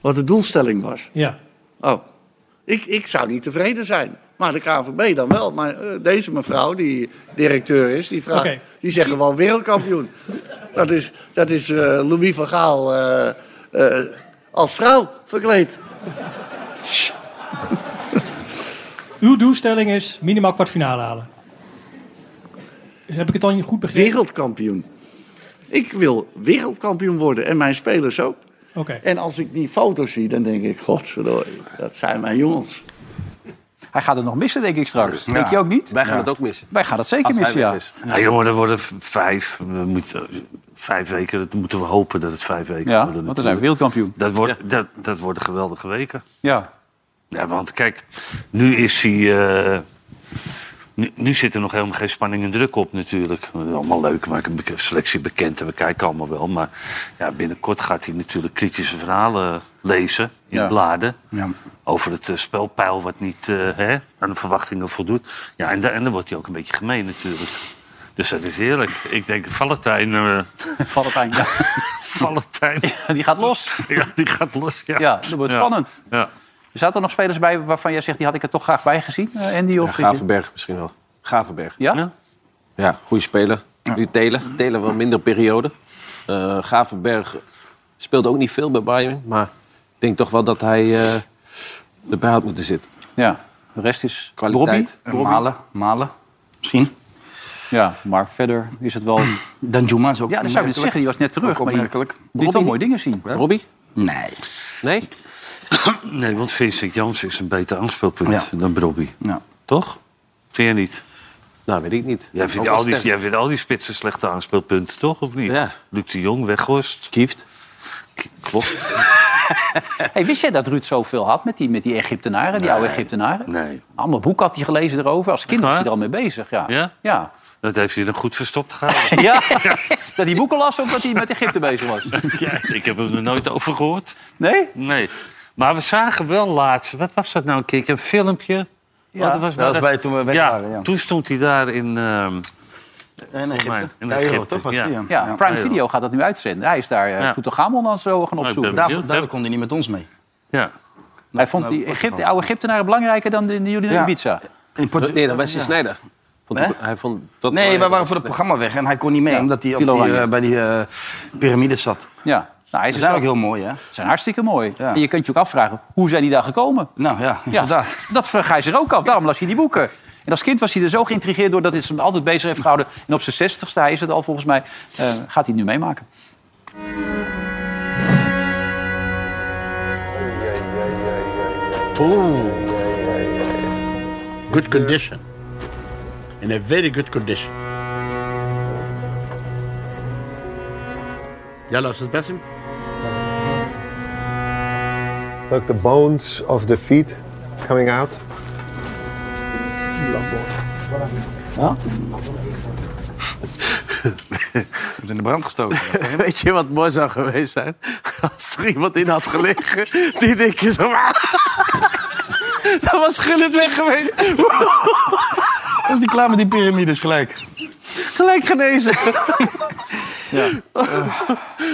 G: Wat de doelstelling was.
O: Ja.
G: Oh, ik, ik zou niet tevreden zijn. Maar de KNVB dan wel. Maar eh, deze mevrouw, die directeur is, die, vraagt,
O: Oké.
G: die zegt gewoon wereldkampioen. Dat is, dat is eh, Louis van Gaal eh, eh, als vrouw verkleed.
O: Uw doelstelling is minimaal kwartfinale halen. Dus heb ik het dan goed begrepen?
G: Wereldkampioen. Ik wil wereldkampioen worden en mijn spelers ook.
O: Oké.
G: En als ik die foto's zie, dan denk ik, godverdorie, dat zijn mijn jongens.
B: Hij gaat het nog missen, denk ik straks. Denk je ook niet?
D: Wij gaan het ook missen.
B: Wij gaan het zeker
D: Als hij
B: missen,
D: weg
B: ja.
D: is.
E: Nou, jongen, er worden v- vijf. We moeten, vijf weken, dat moeten we hopen dat het vijf weken
B: Ja,
E: worden.
B: want dan
E: natuurlijk.
B: zijn we wereldkampioen.
E: Dat, wordt, dat, dat worden geweldige weken.
B: Ja.
E: Ja, want kijk, nu is hij. eh, nu, nu zit er nog helemaal geen spanning en druk op, natuurlijk. Allemaal leuk, we maken een selectie bekend en we kijken allemaal wel. Maar ja, binnenkort gaat hij natuurlijk kritische verhalen lezen in
C: Ja.
E: bladen.
C: Ja.
E: Over het eh, spelpeil wat niet eh, hè, aan de verwachtingen voldoet. Ja, en, da- en dan wordt hij ook een beetje gemeen, natuurlijk. Dus dat is heerlijk. Ik denk, Valentijn. eh
B: Valentijn, ja.
E: Valentijn.
B: die gaat los.
E: Ja, die gaat los, ja.
B: Ja, dat wordt
E: Ja.
B: spannend.
E: Ja.
B: Zaten er nog spelers bij waarvan jij zegt, die had ik er toch graag bij gezien? Eh, Andy
D: Ja,
B: of...
D: Gavenberg misschien wel. Gavenberg.
B: Ja?
D: Ja, goede speler. Nu Telen. Telen wel minder periode. Eh, Gavenberg speelde ook niet veel bij Bayern. Maar ik denk toch wel dat hij eh, erbij had moeten zitten.
B: Ja, de rest is
D: kwaliteit.
C: Eh, Malen, Malen, misschien.
B: Ja, maar verder is het wel...
C: Danjuma is ook
B: Ja, dat zou ik
C: opmerkelijk.
B: net zeggen. Die was net terug.
C: Ook
B: Maar je
C: opmerkelijk.
B: liet wel mooie dingen zien.
D: Robbie?
C: Nee.
D: Nee?
E: Nee, want Vincent Jans is een beter aanspeelpunt
C: Ja.
E: dan Brobby.
C: Ja.
E: Toch? Vind je niet?
D: Nou, weet ik niet.
E: Jij
D: Ook
E: vindt,
D: wel
E: al die,
D: sterk.
E: jij vindt al die spitsen slechte aanspeelpunten, toch? Of niet?
D: Ja.
E: Luc de Jong, Weghorst.
D: Kieft.
E: Klopt.
B: Hey, wist jij dat Ruud zoveel had met die, met die Egyptenaren, die oude Egyptenaren?
E: Nee.
B: Allemaal boek had hij gelezen erover. Als kind was hij er al mee bezig. Ja.
E: Ja?
B: Ja.
E: Dat heeft hij dan goed verstopt gehouden.
B: Ja. Dat hij boeken las of dat hij met Egypte bezig was?
E: ja, ik heb hem er nooit over gehoord.
B: Nee?
E: Nee. Maar we zagen wel laatst, wat was dat nou een keer? Een filmpje.
C: Ja,
E: Oh,
C: dat
E: maar
C: was bij toen we weg
E: ja,
C: waren, ja.
E: Toen stond hij daar in. ehm,
C: In
E: volgens mij, in
C: Ja,
E: Egypte.
C: joh, toch was
E: ja.
C: die, ja.
B: Ja, Prime
E: Ja, joh.
B: Video gaat dat nu uitzenden. Hij is daar eh
E: Ja. Nou,
B: Toetangamon dan zo gaan
E: ben
B: opzoeken.
E: benieuwd. Nou,
C: Daarvoor, daarvoor kon hij niet met ons mee.
E: Ja.
B: Hij vond die Egypte, oude Egyptenaren belangrijker dan die, die jullie naar
C: Ja.
B: Ibiza.
C: In Portu-
D: Nee, dan was hij
C: Ja.
D: Snijder. Vond
C: Hè?
D: hij vond dat
C: Nee, wij
D: belangrijk.
C: waren voor het programma weg en hij kon niet mee, omdat hij op
B: Villa
C: die,
B: Oranje.
C: eh, bij die eh piramides zat.
B: Ja. Nou, hij
C: Ze
B: is
C: zijn ook
B: dus wel-
C: heel mooi, hè?
B: Ze zijn hartstikke mooi.
C: Ja.
B: En je kunt je ook afvragen, hoe zijn die daar gekomen?
C: Nou ja, inderdaad.
B: Dat vraagt hij zich ook af. Daarom las hij die boeken. En als kind was hij er zo geïntrigeerd door dat hij hem altijd bezig heeft gehouden. En op zijn zestigste, hij is het al volgens mij, eh, gaat hij het nu meemaken.
P: Ooh. Good condition. In a very good condition. يلا استاذ باسم
Q: Look, the bones of the feet coming out.
C: Wordt in de brand gestoken.
D: Weet je wat mooi zou geweest zijn? Als er iemand in had gelegen, die dikje zo... Dat was Gullit weg geweest.
R: Was die klaar met die piramides gelijk?
D: Gelijk genezen.
B: Eh,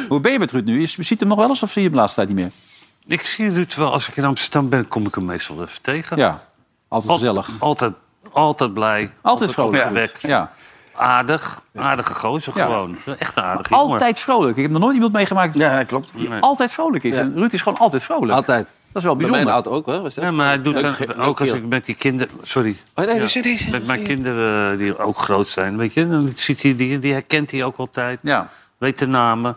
B: Hoe ben je met Ruud nu? Je ziet hem nog wel eens of zie je hem de laatste tijd niet meer?
E: Ik zie Ruud wel, als ik in Amsterdam ben, kom ik hem meestal even tegen.
B: Ja, altijd gezellig.
E: Altijd, altijd blij. Altijd,
B: vrolijk,
E: opgewekt.
B: Ruud. Ja.
E: Aardig. Aardige gozer
B: Ja.
E: gewoon. Echt een aardige jongen.
B: Altijd vrolijk. Ik heb nog nooit iemand meegemaakt die
C: Ja, klopt.
E: Nee.
B: altijd vrolijk is.
E: Ja.
B: En Ruud is gewoon altijd vrolijk.
D: Altijd.
B: Dat is wel
D: Bij mijn
B: bijzonder.
D: auto ook, hè? Was dat?
E: Ja, maar hij doet
D: Leuk
E: dan-
D: ge-
E: ook als
D: leuk
E: ik met die kinderen... Sorry.
D: Oh, nee,
E: Ja.
D: dus deze-
E: Met mijn kinderen die ook groot zijn, weet je. Dan ziet hij die, die herkent hij ook altijd.
B: Ja.
E: Weet de namen.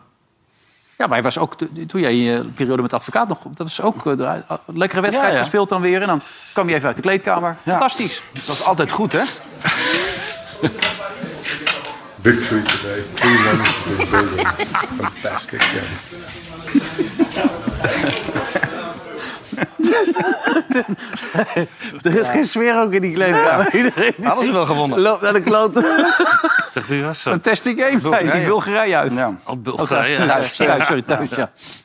B: Ja, maar hij was ook, to- toen jij je periode met de advocaat nog... Dat was ook eh, de- eh, een lekkere wedstrijd
C: Ja, ja.
B: gespeeld dan weer. En dan kwam je even uit de kleedkamer. Fantastisch.
C: Dat is altijd goed, hè?
Q: Big treat today. Three runs to this building. Fantastic game.
D: Er is geen sfeer ook in die kleedkamer. Iedereen die
C: Hadden ze wel gewonnen.
D: loopt naar de klote.
E: Zeg, wie was dat?
B: Fantastic game. Hey, die Bulgarije uit.
C: Ja.
E: Oh,
B: Oh,
E: Bulgarije.
B: thuis, thuis, sorry, thuis,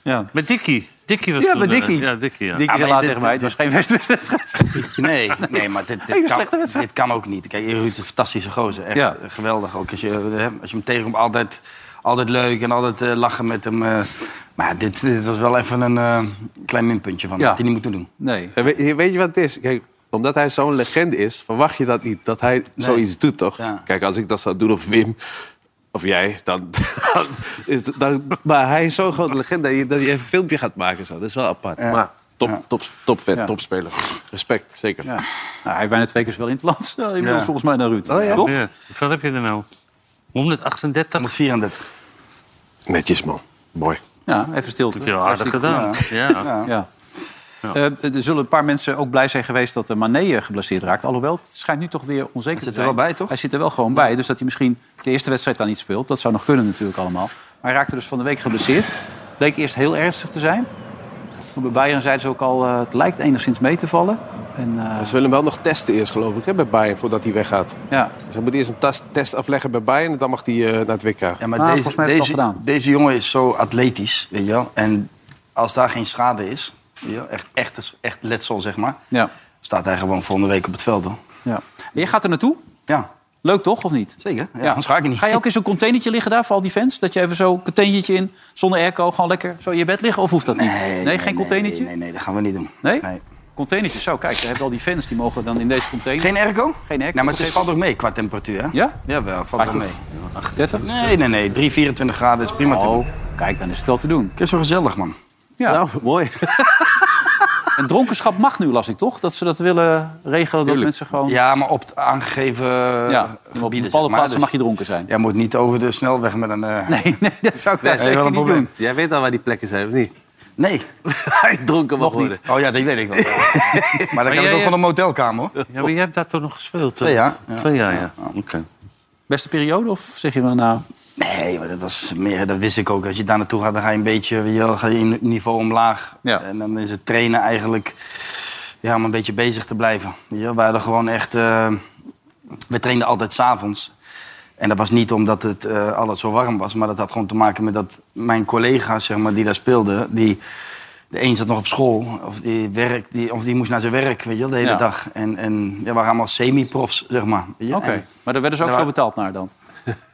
B: ja.
E: Met Dikkie. Dikkie was
B: Ja,
E: toen,
B: bij
E: eh,
B: Dikkie.
E: ja, Dikkie, ja.
B: Dikkie
E: Ja,
B: zei
E: maar
B: later
E: dit-
B: tegen mij, het was geen West-West-wedstrijd.
C: Nee, nee, maar dit, dit,
B: Hele slechte
C: kan, dit kan ook niet. Kijk, Ruud is een fantastische gozer. Echt
B: Ja.
C: geweldig ook. Als je, hè, als je hem tegenkomt, altijd, altijd leuk en altijd eh, lachen met hem. eh. maar dit, dit was wel even een eh, klein minpuntje van hem.
D: Ja.
C: Had hij niet moeten doen.
B: Nee. Nou,
D: Weet, weet je wat het is? Kijk, omdat hij zo'n legende is, verwacht je dat niet. Dat hij zoiets doet, toch? Kijk, als ik dat zou doen, of Wim, of jij, dan... dan, is het- dan- maar hij is zo'n grote legende dat je, dat je even een filmpje gaat maken. Zo. Dat is wel apart.
B: Ja.
D: Maar top, top, top vet,
B: Ja.
D: topspeler. Respect, zeker.
B: Ja. Nou, hij heeft bijna twee keer wel in het land. Inmiddels
D: Ja.
B: volgens mij naar Ruud.
D: Oh, ja?
B: Toch?
E: Ja. Hoeveel heb je er nou? 138?
C: 134.
D: Netjes, man. Mooi.
B: Ja, even stilte.
E: Heb je wel aardig
B: Hartstikke
E: gedaan.
B: goed.
E: Ja.
B: Ja. Eh, er zullen een paar mensen ook blij zijn geweest dat eh, Mané eh, geblesseerd raakt. Alhoewel, het schijnt nu toch weer onzeker te zijn. Hij zit er wel bij, toch? Hij zit er wel gewoon bij. Dus dat hij misschien de eerste wedstrijd dan niet speelt. Dat zou nog kunnen natuurlijk allemaal. Maar hij raakte dus van de week geblesseerd. Bleek eerst heel ernstig te zijn. Bij Bayern zeiden ze ook al, eh, het lijkt enigszins mee te vallen. En, eh,
D: Ze willen hem wel nog testen eerst, geloof ik, hè, bij Bayern, voordat hij weggaat.
B: ja.
D: Dus hij moet eerst een tas- test afleggen bij Bayern en dan mag hij eh, naar het WK.
C: Ja, maar
B: Ah,
C: deze, deze, deze jongen is zo atletisch, weet je wel. En als daar geen schade is, weet je wel, echt, echt, echt letsel zeg maar...
B: Ja.
C: staat hij gewoon volgende week op het veld, hoor.
B: Ja. En je gaat er naartoe?
C: Ja.
B: Leuk toch, of niet?
C: Zeker. Ja, anders ga ik niet.
B: je ook in zo'n containertje liggen daar voor al die fans? Dat je even zo'n containertje in, zonder airco, gewoon lekker zo in je bed liggen? Of hoeft dat niet? Nee, geen containertje?
C: Nee, nee, dat gaan we niet doen.
B: Nee? Containertje, zo, kijk, daar hebben al die fans die mogen dan in deze container.
C: Geen airco?
B: Geen airco.
C: Nou, maar het is, valt ook mee qua temperatuur, hè?
B: Ja?
C: Ja, wel, valt wel
B: Gaat
C: mee.
B: het? 38?
C: Nee, nee, nee. 3, 24 graden is prima te
B: Oh, kijk, dan is het wel te doen.
C: Het is zo gezellig, man.
B: Ja. mooi. en dronkenschap mag nu, las ik toch? Dat ze dat willen regelen dat mensen gewoon...
C: Ja, maar op het aangegeven ja, gebieden.
B: op bepaalde
C: zeg maar,
B: plaatsen
C: dus-
B: mag je dronken zijn.
C: Jij moet niet over de snelweg met een... eh,
B: Nee, nee, dat zou ik daar
C: Nee, wel
B: zeker
C: een
B: niet
C: probleem.
B: doen.
D: Jij weet al waar die plekken zijn, of niet?
C: Nee.
D: Hij dronken mag
C: Nog
D: worden.
C: niet. Oh ja, dat weet ik wel. maar dan kan
E: jij
C: ik ook
B: eh,
E: hebt-
C: wel een motelkamer, hoor.
E: Ja, maar jij hebt daar toch nog gespeeld? hè?
C: Twee jaar, ja.
E: Twee jaar, ja.
C: Ja.
E: Oké.
B: Beste periode, of zeg je wel nou...
C: Nee, maar dat was meer, dat wist ik ook. Als je daar naartoe gaat, dan ga je een beetje weet je wel, ga je in niveau omlaag. En dan is het trainen eigenlijk ja, om een beetje bezig te blijven. Weet je wel, We hadden gewoon echt. eh, we trainden altijd s'avonds. En dat was niet omdat het eh altijd zo warm was, maar dat had gewoon te maken met dat mijn collega's zeg maar, die daar speelden, die. De een zat nog op school, of die, werk, die, of die moest naar zijn werk, weet je wel, de hele
B: Ja.
C: dag. En, en ja, we waren allemaal semi-profs, zeg maar. weet je.
B: Oké,
C: En-
B: maar daar werden ze ook
C: Ja,
B: zo
C: maar-
B: betaald naar dan?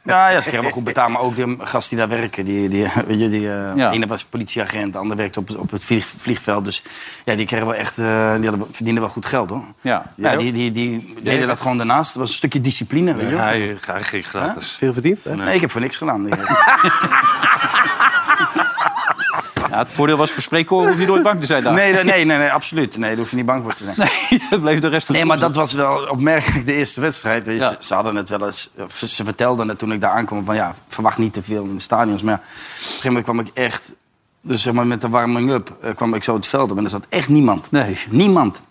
C: ja, ja, ze kregen wel goed betaald. Maar ook de gasten die daar werken. Die, die, weet je, die, eh,
B: Ja.
C: De ene was politieagent, de ander werkte op, het- op het vlieg- vliegveld. Dus ja, die, kregen wel echt, eh, die hadden, verdienden wel goed geld, hoor.
B: Ja.
C: Ja, die, die, die deden dat gewoon daarnaast. Het was een stukje discipline, weet je wel.
E: Hij, hij ging gratis.
D: Veel verdiend? hè?
C: Nee, ik heb voor niks gedaan.
B: Ja, het voordeel was voor spreekkoren hoef je nooit bang te zijn daar.
C: Nee, nee, nee, nee, nee, absoluut. Nee, daar hoef je niet bang voor te zijn.
B: dat bleef de rest
C: Nee, maar dat was wel opmerkelijk de eerste wedstrijd. Weet je,
B: Ja.
C: ze, ze hadden het wel eens. Ze vertelden het toen ik daar aankwam van ja, verwacht niet te veel in de stadions. Maar ja, op een gegeven moment kwam ik echt. Dus zeg maar met de warming-up eh, kwam ik zo het veld op en er zat echt niemand.
B: Nee.
C: Niemand.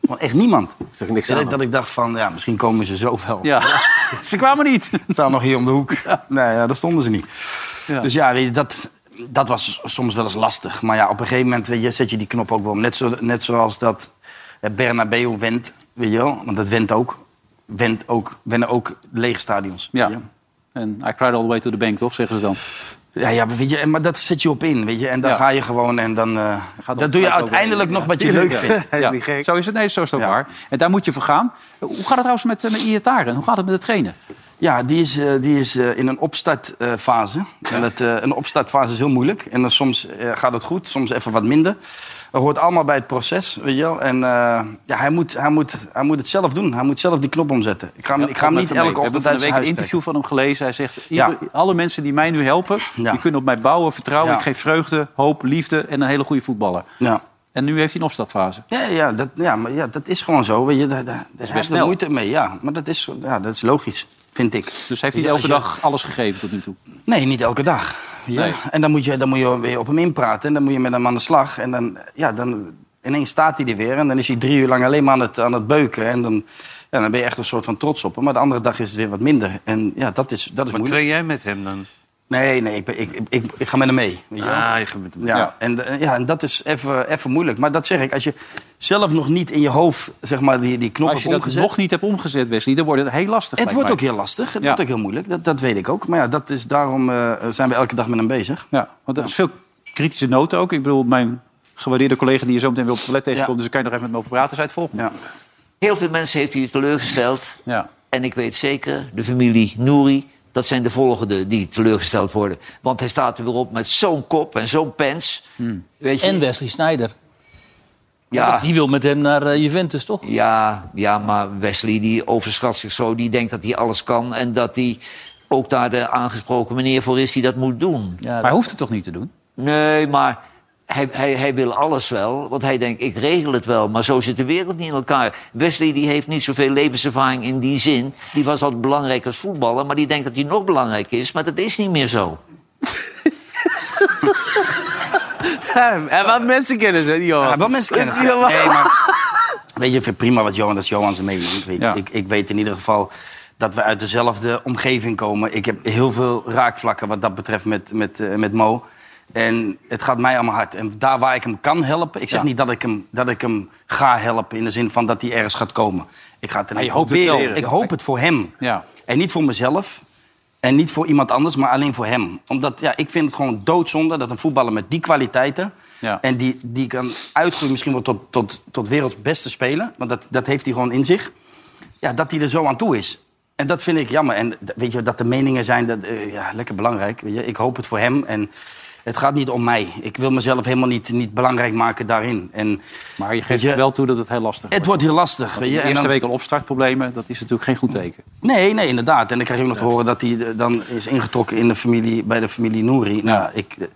C: Gewoon echt niemand.
D: Zeg niks
C: dat,
D: aan,
C: ik- dat ik dacht van ja, misschien komen ze zo wel.
B: Ja, ze kwamen niet.
C: Staan nog hier om de hoek. Nee, ja, daar stonden ze niet.
B: Ja.
C: Dus ja, weet je, dat, dat was soms wel eens lastig. Maar ja, op een gegeven moment weet je, zet je die knop ook wel om. Net, zo, net zoals dat eh, Bernabeu went, weet je wel. Want dat went ook. Went ook, wennen ook lege stadions.
B: Ja. En I cried all the way to the bank, toch? Zeggen ze dan.
C: Ja, ja maar, weet je, en- maar dat zet je op in, weet je. En dan
B: Ja.
C: ga je gewoon en dan... eh,
B: dat
C: dat doe je uiteindelijk nog wat je leuk vindt.
B: Ja. Zo is het. Nee, zo is het ook waar. En daar moet je voor gaan. Hoe gaat het trouwens met, eh, met Iataren? Hoe gaat het met het trainen?
C: Ja, die is, eh, die is eh, in een opstartfase. En dat, eh, een opstartfase is heel moeilijk. En dan soms eh, gaat het goed, soms even wat minder. Dat hoort allemaal bij het proces, weet je wel. En eh, ja, hij, moet, hij, moet, hij moet het zelf doen. Hij moet zelf die knop omzetten. Ik ga hem, ik ga hem niet
B: elke
C: elke
B: We hebben
C: ochtend
B: van de
C: uit
B: week
C: zijn
B: een
C: huis
B: interview van hem gelezen. Hij zegt,
C: Ja.
B: ieder- alle mensen die mij nu helpen...
C: Ja.
B: die kunnen op mij bouwen, vertrouwen.
C: Ja.
B: Ik geef vreugde, hoop, liefde en een hele goede voetballer.
C: Ja.
B: En nu heeft hij een opstartfase.
C: trekken. Ja, ja, dat, ja, maar ja, dat is gewoon zo. Weet je, daar, daar, daar
B: best
C: heb je
B: snel.
C: moeite mee. Ja, maar dat is, ja, dat is logisch, vind ik.
B: Dus heeft hij
C: Weet je,
B: elke
C: als je-
B: dag alles gegeven tot nu toe?
C: Nee, niet elke dag. Ja.
B: Nee.
C: En dan moet, je, dan moet je weer op hem inpraten en dan moet je met hem aan de slag. En dan, ja, dan ineens staat hij er weer en dan is hij drie uur lang alleen maar aan het, aan het beuken. En dan, ja, dan ben je echt een soort van trots op hem. Maar de andere dag is het weer wat minder. En ja, dat is, dat is
E: Maar
C: moeilijk.
E: train jij met hem dan?
C: Nee, nee, ik, ben- ik, ik, ik, ik ga met hem mee. Weet je wel?
E: Ah, je gaat met hem.
C: Ja, En, eh, ja, en dat is even, even moeilijk. Maar dat zeg ik, als je zelf nog niet in je hoofd zeg maar, die, die knop
B: Als
C: hebt
B: je dat
C: omgezet...
B: nog niet hebt omgezet, Wesley, dan wordt het heel lastig.
C: Het
B: lijkt
C: wordt
B: mij.
C: ook heel lastig, het
B: Ja.
C: wordt ook heel moeilijk, dat, dat weet ik ook. Maar ja, dat is, daarom eh, zijn we elke dag met hem bezig.
B: Ja, want er is veel kritische noten ook. Ik bedoel, mijn gewaardeerde collega die je zo meteen wil op het toilet tegenkomt. Dus dan kan je nog even met me over praten. Zij het volgende. Ja.
S: Heel veel mensen heeft hij teleurgesteld.
B: Ja.
S: En ik weet zeker, de familie Nouri, dat zijn de volgende die teleurgesteld worden. Want hij staat er weer op met zo'n kop en zo'n pens. Weet je?
T: Hmm. En Wesley Sneijder.
S: Ja.
T: Die wil met hem naar eh, Juventus, toch?
S: Ja, ja, maar Wesley die overschat zich zo. Die denkt dat hij alles kan en dat hij ook daar de aangesproken meneer voor is die dat moet doen.
B: maar hij hoeft het toch niet te doen?
S: Nee, maar hij, hij, hij wil alles wel. Want hij denkt, ik regel het wel. Maar zo zit de wereld niet in elkaar. Wesley die heeft niet zoveel levenservaring in die zin. Die was altijd belangrijk als voetballer. Maar die denkt dat hij nog belangrijk is. Maar dat is niet meer zo.
D: En wat mensenkennis, hè, die Johan?
C: Ja, wat mensenkennis.
D: Die Johan.
C: Nee, maar- Weet je, ik vind prima wat Johan, dat is Johan zijn mening. Ik, weet- ik, ik weet in ieder geval dat we uit dezelfde omgeving komen. Ik heb heel veel raakvlakken wat dat betreft met, met, eh, met Mo. En het gaat mij allemaal hard. En daar waar ik hem kan helpen... Ik zeg
B: Ja.
C: niet dat ik, hem, dat ik hem ga helpen in de zin van dat hij ergens gaat komen. Ik ga het
B: Maar
C: alleen
B: je hoopt het
C: proberen.
B: wel.
C: ik hoop het voor hem.
B: Ja.
C: En niet voor mezelf. En niet voor iemand anders, maar alleen voor hem. Omdat ja, ik vind het gewoon doodzonde dat een voetballer met die kwaliteiten...
B: Ja.
C: en die, die kan uitgroeien misschien wel tot, tot, tot werelds beste speler... want dat, dat heeft hij gewoon in zich... Ja, dat hij er zo aan toe is. En dat vind ik jammer. En d- weet je, dat de meningen zijn, dat, eh, ja, lekker belangrijk. Weet je? Ik hoop het voor hem en... Het gaat niet om mij. Ik wil mezelf helemaal niet, niet belangrijk maken daarin. En,
B: maar je geeft wel toe dat het heel lastig
C: Het wordt heel lastig.
B: Want
C: weet
B: in
C: je?
B: de
C: En
B: eerste
C: dan-
B: week al opstartproblemen, dat is natuurlijk geen goed teken.
C: Nee, nee, inderdaad. En dan krijg je ook nog te horen dat hij eh, dan is ingetrokken in de familie, bij de familie Nouri. Nou, ik, eh,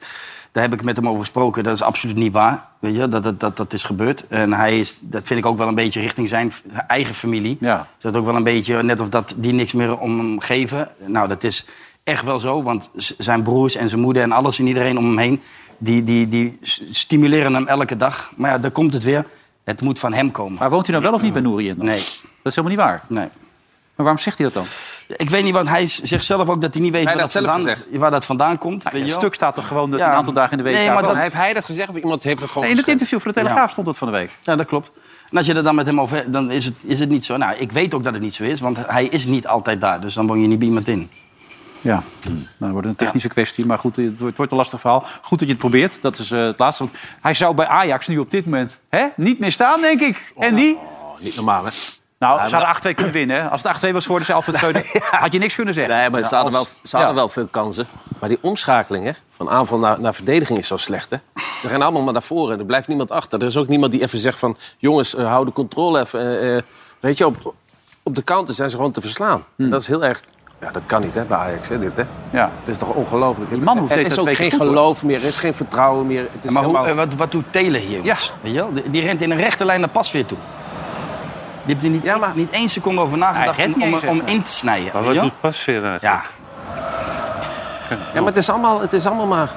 C: daar heb ik met hem over gesproken. Dat is absoluut niet waar. Weet je, dat, dat, dat, dat is gebeurd. En hij is, dat vind ik ook wel een beetje richting zijn f- eigen familie.
B: Ja.
C: Is dat ook wel een beetje net of dat die niks meer om hem geven? Nou, dat is echt wel zo. Want z- zijn broers en zijn moeder en alles en iedereen om hem heen... die, die, die s- stimuleren hem elke dag. Maar ja, daar komt het weer. Het moet van hem komen.
B: Maar woont hij nou wel of niet bij Nouri in?
C: Nee.
B: Dat is helemaal niet waar.
C: Nee.
B: Maar waarom zegt hij dat dan?
C: Ik weet niet, want hij z- zegt zelf ook dat hij niet weet
B: Hij
C: waar
B: had
C: dat,
B: zelf
C: vandaan, waar dat vandaan komt. weet
B: het
C: je wel.
B: stuk staat toch gewoon dat
C: Ja.
B: hij een aantal dagen in de week
C: Nee,
B: daar
C: maar
B: woont?
C: dat-
B: Hij
D: Heeft hij dat gezegd of iemand heeft het gewoon
B: Nee, in het
D: geschreven?
B: interview voor de Telegraaf stond dat van de week.
C: Ja, dat klopt. En als je er dan met hem over hebt, dan is het, is het niet zo. Nou, ik weet ook dat het niet zo is, want hij is niet altijd daar. Dus dan woon je niet bij iemand in.
B: Ja,
D: Hmm.
B: nou, dat wordt een technische kwestie. Maar goed, het wordt, het wordt een lastig verhaal. Goed dat je het probeert. Dat is eh, het laatste. Want hij zou bij Ajax nu op dit moment hè, niet meer staan, denk ik. En die?
D: Niet normaal, hè?
B: Nou,
D: Ja,
B: ze hadden
D: Oh. maar-
B: 8-2 kunnen winnen. hè. Als het 8-2 was geworden, zei Alfred Schreuder, had je niks kunnen zeggen.
D: Nee, maar ze hadden,
B: Ja, Nou,
D: wel,
B: als-
D: ze hadden
B: ja.
D: wel veel kansen. Maar die omschakeling hè, van aanval naar, naar verdediging is zo slecht. Hè? Ze gaan allemaal maar naar voren. Er blijft niemand achter. Er is ook niemand die even zegt van... jongens, eh, hou de controle even. eh, eh. weet je, op, op de counter zijn ze gewoon te verslaan. En dat is heel erg... Ja, dat kan niet hè, bij Ajax, hè, dit. Hè?
B: Ja.
D: Dat is toch ongelooflijk. Die
B: man hoeft
D: er
B: dit
D: is
B: twee
D: ook
B: keer
D: geen
B: goed, hoor.
D: geloof meer. Er is geen vertrouwen meer. Het is
C: maar hoe,
D: helemaal...
C: eh, wat, wat doet Telen hier? Ja. Weet je wel? Die, die rent in een rechte lijn naar Pasveer toe. Die heeft er niet, niet één seconde over nagedacht
E: Hij rent
C: om, om,
E: niet eens,
C: om
E: hè.
C: in te snijden.
E: Maar
C: weet
E: wat
C: je wel?
E: doet Pasveer eigenlijk?
D: ja, maar het is, allemaal, het is allemaal maar...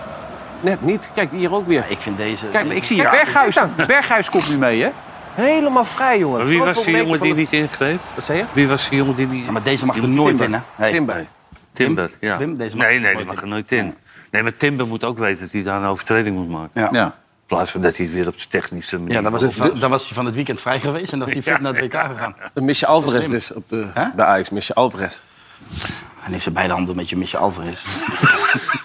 D: Net niet. Kijk, hier ook weer.
C: Ik vind deze...
B: Kijk, ik zie hier
D: Kijk,
B: Berghuis.
D: kijk dan.
B: Berghuis komt nu mee, hè?
D: Helemaal vrij, jongen.
E: Maar Wie was
D: Zoveel
E: die
D: meter
E: jongen
D: van
E: die
D: de-
E: niet ingreep?
D: Wat zei je?
E: Wie was die jongen die niet...
C: maar deze mag
E: Die
C: er
E: moet
C: nooit
E: Timber.
C: in, hè? Hey.
D: Timber.
E: Timber, ja.
C: Tim, deze mag
E: nee,
C: er
E: nee, die
C: nooit
E: mag er nooit in. Nee, maar Timber moet ook weten dat hij daar een overtreding moet maken.
C: Ja.
B: Ja.
E: In plaats van dat hij het weer op zijn technische manier...
C: Ja, dan was,
E: doet.
C: hij, dan was hij van het weekend vrij geweest en dan hij fit naar het WK gegaan.
D: Dan mis je Alvarez dus op de, bij Ajax. Mis je Alvarez.
C: En is er beide handen met je, met je Alvarez.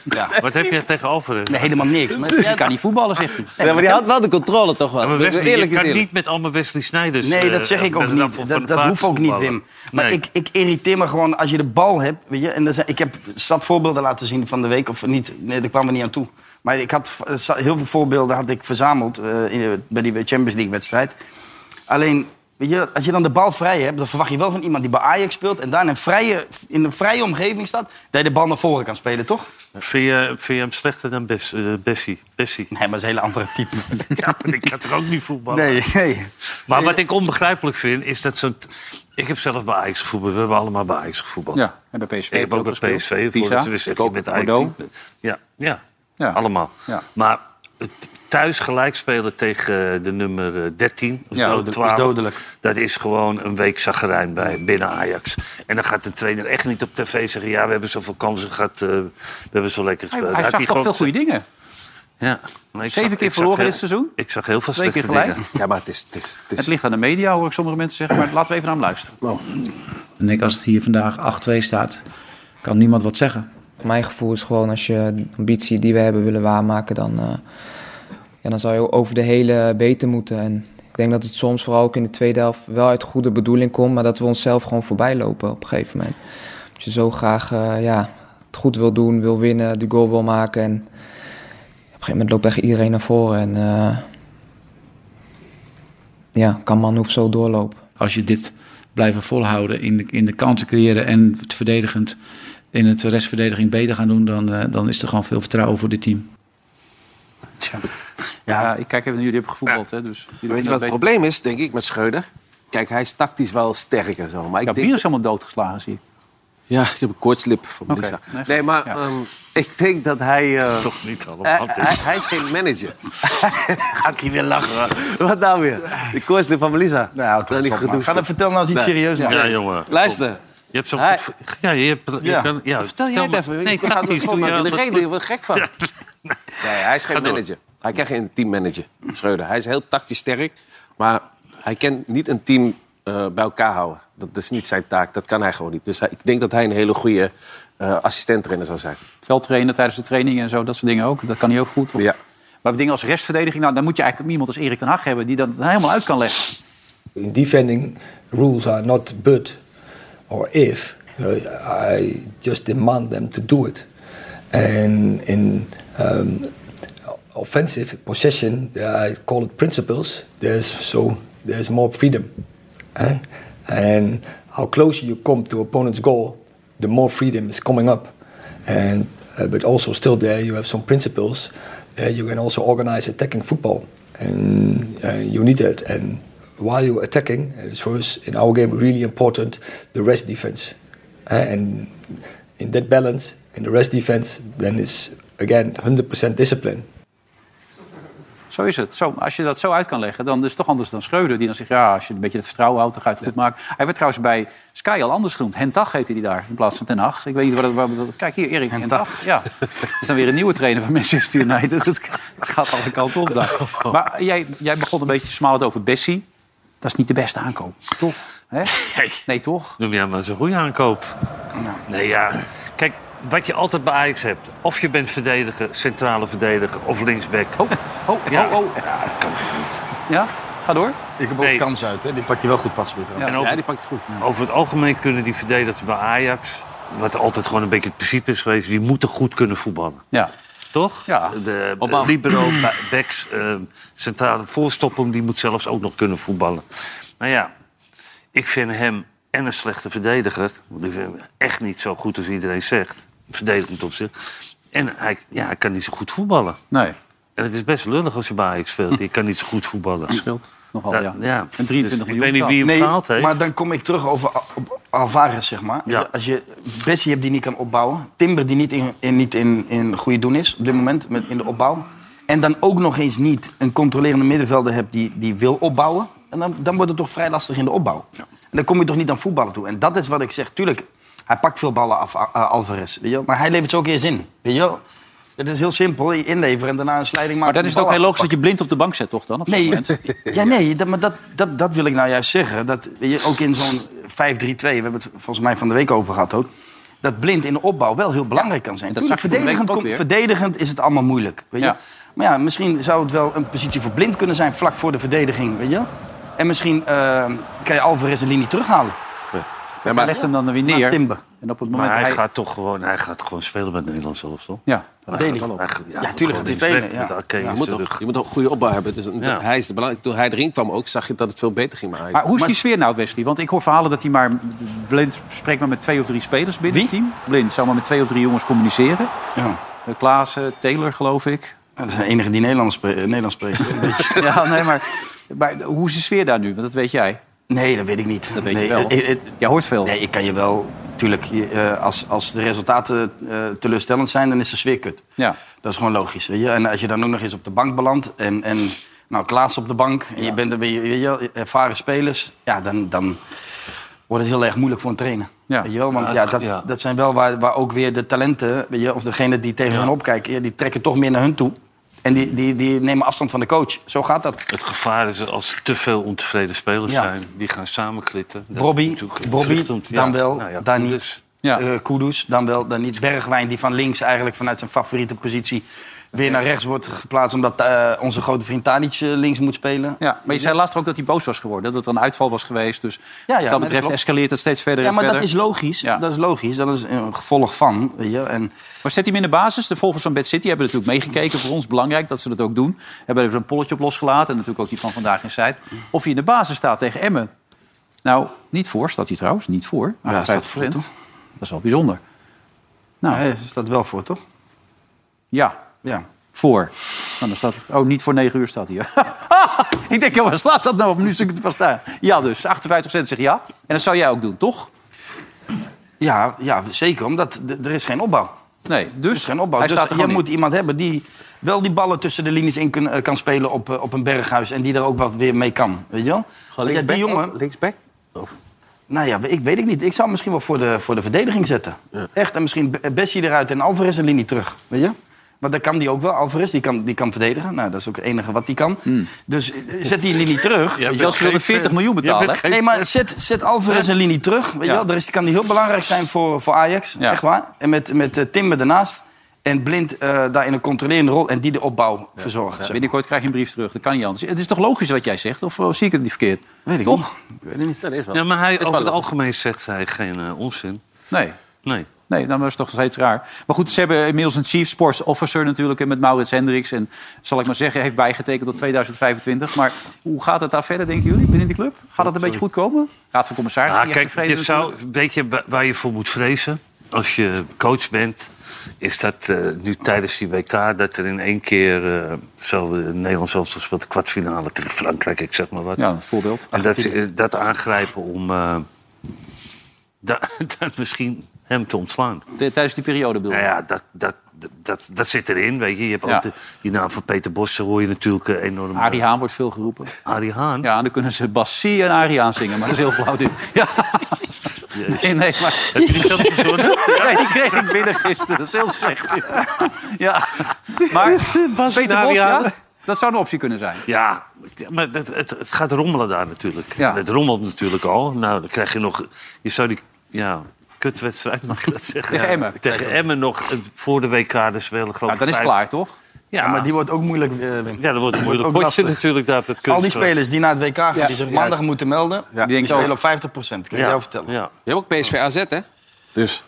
C: ja.
E: Wat heb je tegen Alvarez?
C: Nee, helemaal niks. Maar die kan niet voetballen, zegt hij.
D: Nee, maar die had wel de controle toch wel.
E: Ja, maar
D: Eerlijk
E: Wesley,
D: is
E: je kan
D: eerlijk.
E: niet met allemaal Wesley Snijders... eh,
C: Nee, dat zeg ik ook niet. Dat, dat hoeft ook niet, Wim. Maar ik, ik irriteer me gewoon als je de bal hebt. Weet je, en er zijn, ik heb zat voorbeelden laten zien van de week. Of niet, nee, daar kwam er niet aan toe. Maar ik had eh, zat- heel veel voorbeelden had ik verzameld eh, in, de- bij die Champions League-wedstrijd. Alleen, weet je, als je dan de bal vrij hebt... dan verwacht je wel van iemand die bij Ajax speelt... en daar in een vrije, in een vrije omgeving staat... dat je de bal naar voren kan spelen, toch?
E: Vind je, vind je hem slechter dan Bes, eh, Bessie? Bessie?
C: Nee, maar dat is een hele andere type.
E: ja, maar ik had er ook niet voetballen.
C: Nee, nee.
E: Maar wat ik onbegrijpelijk vind, is dat zo'n... t- Ik heb zelf bij Ajax gevoetbald. We hebben allemaal bij Ajax gevoetbald.
B: Ja, en bij PSV.
E: Ik heb ook bij PSV.
B: Pisa.
E: Voor, dus
B: Ik
E: ik
B: ook.
E: met Ajax.
B: Bordeaux.
E: Ja, ja,
B: Ja.
E: allemaal.
B: Ja.
E: Maar het thuis gelijk spelen tegen eh, de nummer eh, 13 of
B: Ja,
E: zo,
B: dat is
E: 12...
B: dodelijk.
E: Dat is gewoon een week zaggerijn bij, binnen Ajax. En dan gaat de trainer echt niet op tv zeggen... ja, we hebben zoveel kansen gehad, eh, we hebben zo lekker
B: Hij,
E: gespeeld.
B: hij
E: Had
B: zag toch
E: gewoon
B: veel goede dingen.
E: ja. Maar ik
B: Zeven keer
E: ik
B: verloren
E: heel-
B: dit seizoen?
E: Ik zag heel veel
B: Twee keer
E: slechte
B: gelijk?
E: dingen.
D: Ja, maar het is... Het is, het
B: Het ligt aan de media, hoor ik sommige mensen zeggen. Maar laten we even naar hem luisteren.
U: En ik, als het hier vandaag 8-2 staat, kan niemand wat zeggen.
V: Mijn gevoel is gewoon als je de ambitie die we hebben willen waarmaken, dan, eh,
A: ja, dan zou je over de hele beter moeten. En ik denk dat het soms vooral ook in de tweede helft wel uit goede bedoeling komt, maar dat we onszelf gewoon voorbij lopen op een gegeven moment. Als je zo graag eh, ja, het goed wil doen, wil winnen, de goal wil maken. En op een gegeven moment loopt echt iedereen naar voren. En eh, ja, kan man hoeft zo doorlopen.
U: Als je dit blijven volhouden in de, in de kansen creëren en het verdedigend in het restverdediging beter gaan doen, dan, eh, dan is er gewoon veel vertrouwen voor dit team.
B: Ja. ik kijk even naar jullie. hebben gevoetbald, hè? Dus jullie
D: Weet je
B: kunnen
D: wat
B: dat
D: het
B: weten.
D: probleem is, denk ik, met Schreuder? Kijk, hij is tactisch wel sterker. Zo, maar ik
B: Ja,
D: denk...
B: bier is helemaal doodgeslagen, zie ik.
D: Ja, ik heb een koortslip van
B: Oké.
D: Melissa.
B: Nee,
D: Nee, maar ehm, ik denk dat hij... eh,
E: Toch niet allemaal.
D: hij, hij, hij is geen manager.
E: Gaat hij weer lachen?
D: Wat nou weer? De koortslip van Melissa. Nou, dat
C: op, man. Ga dat vertellen als iets serieus, man.
E: Ja, jongen.
D: Luister.
E: Je hebt zo'n
D: Hij-
E: goed... Ja, je hebt... je
D: Ja.
E: kan- ja,
D: Vertel jij het
E: maar-
D: even.
E: Nee,
D: ik ga
E: tactisch
D: het
E: doe
D: gewoon
E: je
D: maken.
E: dat-
D: Ik kreeg er heel gek van.
E: Ja.
D: Nee, hij is geen
E: Ga door.
D: manager. Hij krijgt geen teammanager, Schreuder. Hij is heel tactisch sterk, maar hij kan niet een team eh, bij elkaar houden. Dat is niet zijn taak, dat kan hij gewoon niet. Dus hij- ik denk dat hij een hele goede eh assistent-trainer zou zijn.
B: Veldtrainen tijdens de trainingen en zo, dat soort dingen ook. Dat kan hij ook goed. Of...
D: Ja.
B: Maar dingen als restverdediging, nou, dan moet je eigenlijk iemand als Erik ten Hag hebben... die dat helemaal uit kan leggen.
V: In defending, rules are not but or if. I just demand them to do it. And in um, offensive possession, I call it principles. There's so there's more freedom, eh? and how closer you come to opponent's goal, the more freedom is coming up. And uh, but also still there, you have some principles. Uh, you can also organize attacking football, and uh, you need that. And while you're attacking, it's for us in our game really important the rest defense. Eh, and in that balance, in the rest defense, then it's again 100% discipline.
B: Zo is het. Zo, als je dat zo uit kan leggen, dan is het toch anders dan Schreuder. Die dan zegt, ja, als je een beetje het vertrouwen houdt, dan ga je het goed maken. Hij werd trouwens bij Sky al anders genoemd. Hentag heette hij daar, in plaats van Ten Hag. Ik weet niet waar dat... Waar, dat- kijk hier, Erik Hentag. Ja. Dat is dan weer een nieuwe trainer van Manchester United. Het, het gaat alle kanten op daar. Maar jij, jij begon een beetje te smalend over Bessie. Dat is niet de beste aankoop, toch? Hè? Nee, toch?
E: Noem jij maar eens een goede aankoop.
D: Nou.
E: Nee, ja. Kijk, wat je altijd bij Ajax hebt. Of je bent verdediger, centrale verdediger of linksback. Oh,
B: oh,
E: ja.
B: oh. Ja, ga door.
C: Ik heb ook
E: Nee.
C: kans uit, hè? Die pakt hij wel goed pas weer.
E: Ja, en over-
C: die pakt hij goed.
E: Over het algemeen kunnen die verdedigers bij Ajax... wat altijd gewoon een beetje het principe is geweest... die moeten goed kunnen voetballen.
B: Ja.
E: Toch? Ja. De, de libero, ba- backs, eh, centrale voorstoppen... die moet zelfs ook nog kunnen voetballen. Nou ja, ik vind hem en een slechte verdediger... want ik vind hem echt niet zo goed als iedereen zegt. Verdedigend op zich. En hij, ja, hij kan niet zo goed voetballen.
B: Nee.
E: En het is best lullig als je bij Ajax speelt. Je kan niet zo goed voetballen.
B: Scheelt nogal,
E: ja.
B: ja. En
E: Dus
B: 23
E: Ik weet niet wie hem
C: Nee,
E: gehaald heeft.
C: Maar dan kom ik terug over Al- op Alvarez, zeg maar. Als je Bessie hebt die niet kan opbouwen. Timber die niet in, in, niet in, in goede doen is op dit moment met, in de opbouw. En dan ook nog eens niet een controlerende middenvelder hebt die, die wil opbouwen. En dan, dan wordt het toch vrij lastig in de opbouw. En dan kom je toch niet aan voetballen toe. En dat is wat ik zeg. Tuurlijk, hij pakt veel ballen af, Al- Al- Alvarez. Weet je wel? Maar hij levert ze ook eerst in. Weet je wel? Dat is heel simpel. Je inleveren en daarna een slijding
B: Maar
C: maken.
B: dan is
C: om
B: het ook
C: de
B: heel
C: bal
B: logisch dat je blind op de bank zet, toch dan? Op zo'n
C: Nee,
B: moment?
C: ja, nee dat, maar dat, dat, dat wil ik nou juist zeggen. Dat, weet je, ook in zo'n 5-3-2, we hebben het volgens mij van de week over gehad ook. Dat blind in de opbouw wel heel belangrijk kan zijn.
B: dat
C: Tuurlijk,
B: zag je van de week
C: verdedigend,
B: ook
C: komt-
B: weer.
C: verdedigend is het allemaal moeilijk. Weet je? Maar ja, misschien zou het wel een positie voor blind kunnen zijn vlak voor de verdediging. Weet je? En misschien eh, kan je Alvarez een linie terughalen.
B: Hij legt hem dan weer
C: naast
B: neer.
C: Timber.
B: En op het moment
E: Maar
B: dat
E: hij,
B: hij...
E: gaat toch gewoon, hij gaat gewoon spelen met Nederland zelf, toch?
B: Ja,
E: Hij
B: deed
E: gaat-
B: ik wel op.
E: hij gaat-
B: Ja,
E: hij gaat
B: tuurlijk,
E: gewoon
B: dat
E: linksback
B: deed hij,
E: met
B: ja.
E: Arkeus
D: Ja, je, moet
E: terug.
D: ook, je moet ook een goede opbouw hebben. Dus
E: Ja. Ah.
D: Hij is de belangrijk. Toen hij erin kwam ook, zag je dat het veel beter ging. Maar,
B: Maar hoe is die sfeer nou, Wesley? Want ik hoor verhalen dat hij maar... Blind spreekt maar met twee of drie spelers binnen het team. Blind zou maar met twee of drie jongens communiceren.
C: Ja.
B: Eh, Klaas, eh, Taylor, geloof ik.
C: Dat is de enige die Nederlands, spre- eh, Nederlands spreekt.
B: ja, nee, maar, maar hoe is de sfeer daar nu? Want dat weet jij.
C: Nee, dat weet ik niet.
B: Dat weet
C: nee,
B: je wel.
C: eh, eh,
B: Jij hoort veel.
C: Nee, ik kan je wel... Tuurlijk, je, eh, als, als de resultaten eh, teleurstellend zijn, dan is de sfeer kut.
B: Ja.
C: Dat is gewoon logisch. Weet je? En als je dan ook nog eens op de bank belandt en, en nou, Klaas op de bank... en je bent er, weet je, weet je wel, ervaren spelers... Ja, dan, dan wordt het heel erg moeilijk voor een trainer.
B: Ja.
C: Weet je wel? Want
B: Ja,
C: ja,
B: het-
C: dat,
B: ja.
C: dat zijn wel waar, waar ook weer de talenten... Weet je, of degene die tegen hen opkijken, ja, die trekken toch meer naar hun toe. En die, die, die nemen afstand van de coach. Zo gaat dat.
E: Het gevaar is als er te veel ontevreden spelers
C: Ja.
E: zijn, die gaan samenklitten. nou
C: Bobby, Bobby, dan wel, dan niet. Ja. Eh, Kudus dan wel, dan niet. Bergwijn die van links eigenlijk vanuit zijn favoriete positie... weer naar rechts wordt geplaatst... omdat eh, onze grote vriend Tadic eh, links moet spelen.
B: Ja, maar je zei laatst ook dat hij boos was geworden. Dat er een uitval was geweest. Dus
C: ja,
B: wat
C: maar
B: dat
C: dat
B: betreft
C: klopt.
B: escaleert het steeds verder
C: Ja,
B: en
C: maar dat
B: verder.
C: is logisch. Dat is logisch. Dat is een gevolg van. Weet je? En
B: Maar zet hij hem in de basis? De volgers van Bad City hebben natuurlijk meegekeken. Voor ons belangrijk dat ze dat ook doen. Hebben even een polletje op losgelaten. En natuurlijk ook die van vandaag in Zuid. Of hij in de basis staat tegen Emmen. Nou, niet voor staat hij trouwens. Niet voor.
C: Ja, hij staat
B: 58%.
C: voor, toch?
B: Dat is wel bijzonder. Nou,
C: Hij staat wel voor, toch?
B: Ja.
C: Ja.
B: Voor. Nou, dan staat het... Oh, niet voor 9 uur staat hij. ik denk, joh, waar slaat dat nou op? Nu zit ik het pas staan. Ja dus, 58% zegt ja. En dat zou jij ook doen, toch?
C: Ja, ja zeker, omdat d- er is geen opbouw.
B: Nee, dus
C: er is geen opbouw.
B: hij
C: dus
B: staat er
C: je
B: gewoon
C: moet iemand hebben die wel die ballen tussen de linies in kun- eh, kan spelen op, eh, op een berghuis... en die er ook wat weer mee kan, weet je wel? Want ja, die jongen...
D: Linksback?
C: Nou ja, ik weet het niet. Ik zou hem misschien wel voor de, voor de verdediging zetten. Echt, en misschien Be- Bessie eruit en Alvarez een linie terug, weet je? Want dat kan die ook wel. Alvarez, die kan, die kan verdedigen. Nou, dat is ook het enige wat die kan. Dus eh, zet die een linie terug. weet
B: Jij
C: je
B: bent
C: wel.
B: Chelsea wilde geen 40 fan. miljoen betalen, Jij bent hè? geen
C: Nee, maar zet, zet Alvarez een linie terug. Weet je
B: Ja.
C: wel? Er is, kan die heel belangrijk zijn voor, voor Ajax.
B: Ja.
C: Echt waar. En met, met eh, Timber daarnaast. En Blind eh, daar in een controlerende rol. En die de opbouw verzorgt. zeg maar.
B: Binnenkort krijg je een brief terug. Dat kan niet anders. Het is toch logisch wat jij zegt? Of eh, zie ik het niet verkeerd? Weet ik toch?
C: Dat is
E: Ja, maar hij,
B: Is
E: over
B: wel-
E: het algemeen zegt hij geen eh, onzin.
B: Nee.
E: Nee.
B: Nee, dan is het toch steeds raar. Maar goed, ze hebben inmiddels een Chief Sports Officer natuurlijk... en met Maurits Hendricks. En zal ik maar zeggen, heeft bijgetekend tot 2025. Maar hoe gaat het daar verder, denken jullie, binnen die club? Gaat dat een beetje goed komen? Raad van Commissarissen.
E: Ah,
B: die
E: kijk,
B: echt tevreden
E: dit zou,
B: natuurlijk.
E: weet je wa- waar je voor moet vrezen? Als je coach bent, is dat eh, nu tijdens die WK... dat er in één keer eh zo eh, Nederland zelfs gespeeld... de kwartfinale tegen Frankrijk, ik zeg maar wat.
B: Ja, een voorbeeld.
E: En dat, ze, eh, dat aangrijpen om eh, da- dat misschien hem te ontslaan.
B: Tijdens die periode bedoel
E: Nou ja, dat, dat, dat, dat zit erin, weet je. Je hebt
B: Ja.
E: ook de- die naam van Peter Bossen hoor je natuurlijk eh, enorm...
B: Arie Haan wordt veel geroepen.
E: Arie Haan?
B: Ja, dan kunnen ze Bassie en Arie Haan zingen. Maar dat is heel flauw dit. Ja. Nee, nee, maar...
E: Heb je die zelf verzonnen?
B: Nee, die kreeg ik binnen gisteren. Dat is heel slecht. Ja, maar Peter Bos, ja, dat zou een optie kunnen zijn.
E: Ja, maar dat, het, het gaat rommelen daar natuurlijk. Het rommelt natuurlijk al. Nou, dan krijg je nog... Je zou die ja, kutwedstrijd, mag je dat zeggen?
B: Tegen
E: Ja,
B: Emmen.
E: Tegen Emmen nog eh, voor de WK. Dus spelen geloof
B: Nou,
E: ik
B: dan is het
E: vijf-
B: klaar, toch?
E: Ja.
C: maar die wordt ook moeilijk. eh, Wim.
E: Ja, dat wordt een moeilijk
C: ook
E: potje
C: lastig.
E: natuurlijk daar op het
C: Al die
E: kunstgras.
C: spelers die naar het WK gaan,
E: Ja,
C: die zich
E: juist.
C: maandag moeten melden,
E: Ja,
C: die
E: denk
C: spelen
E: ook.
C: op 50 procent. Kan ik
E: Ja.
C: jou vertellen.
E: Ja.
F: Je hebt ook PSV AZ, hè?
D: Dus.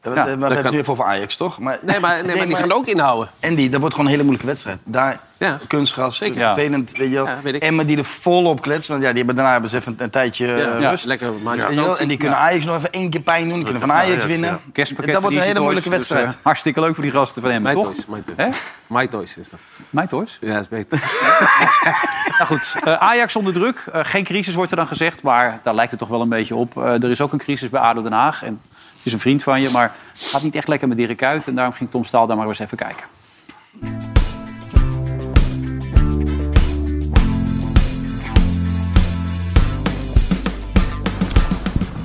C: eh, Maar
F: Ja,
C: we
F: dat
C: hebben
F: kan-
C: het nu even over Ajax, toch? Maar,
F: Nee, maar- nee, maar die gaan ook inhouden.
C: En die, dat wordt gewoon een hele moeilijke wedstrijd. Daar, kunstgras,
F: Zeker.
C: ja. vervelend. Weet je wel.
F: Ja, weet ik.
C: Emmen die er vol op kletsen. Want ja, die hebben, daarna hebben ze even een tijdje eh,
F: Ja, ja,
C: rust.
F: lekker een maandje
C: Weet je wel,
F: vakantie.
C: En die kunnen
F: Ja.
C: Ajax nog even één keer pijn doen. Die kunnen van
B: Ja,
C: Ajax
B: ja.
C: winnen.
B: Kerstpakket
C: Dat wordt een
B: verlies
C: hele
B: die
C: moeilijke
B: Toys, dus,
C: wedstrijd.
B: eh, hartstikke leuk voor die gasten van hem,
F: My
B: toch?
F: Toys, My Toys.
B: Hè?
F: My Toys is dat.
B: My Toys?
F: Ja, dat is beter.
B: Nou goed, eh, Ajax onder druk. Eh, geen crisis wordt er dan gezegd, maar daar lijkt het toch wel een beetje op. Eh, er is ook een crisis bij ADO Den Haag. En het is een vriend van je, maar het gaat niet echt lekker met Dirk uit. En daarom ging Tom Staal daar maar eens even kijken.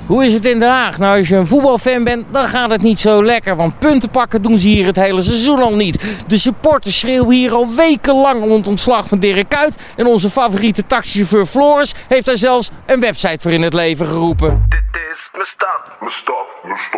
H: Hoe is het in Den Haag? Nou, als je een voetbalfan bent, dan gaat het niet zo lekker. Want punten pakken doen ze hier het hele seizoen al niet. De supporters schreeuwen hier al wekenlang om het ontslag van Dirk Kuyt. En onze favoriete taxichauffeur Floris heeft daar zelfs een website voor in het leven geroepen.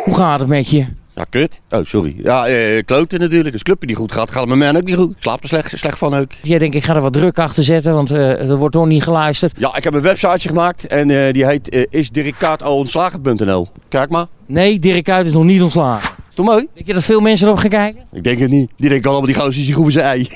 H: Hoe gaat het met je?
W: Ja, kut. Oh, sorry. Ja, eh, kloten natuurlijk. Als het clubje niet goed gaat, gaat het met mij ook niet goed. Ik slaap er slecht, slecht van ook.
H: Jij denkt, ik ga er wat druk achter zetten, want eh, er wordt toch niet geluisterd.
W: Ja, ik heb een websiteje gemaakt en eh, die heet eh, isdirkkaartalontslagen.nl. Kijk maar.
H: Nee, Dirk Kuyt is nog niet ontslagen.
W: Is toch mooi?
H: Denk je dat veel mensen erop gaan kijken?
W: Ik denk het niet. Die denken allemaal, die gozer is die groeven zijn ei.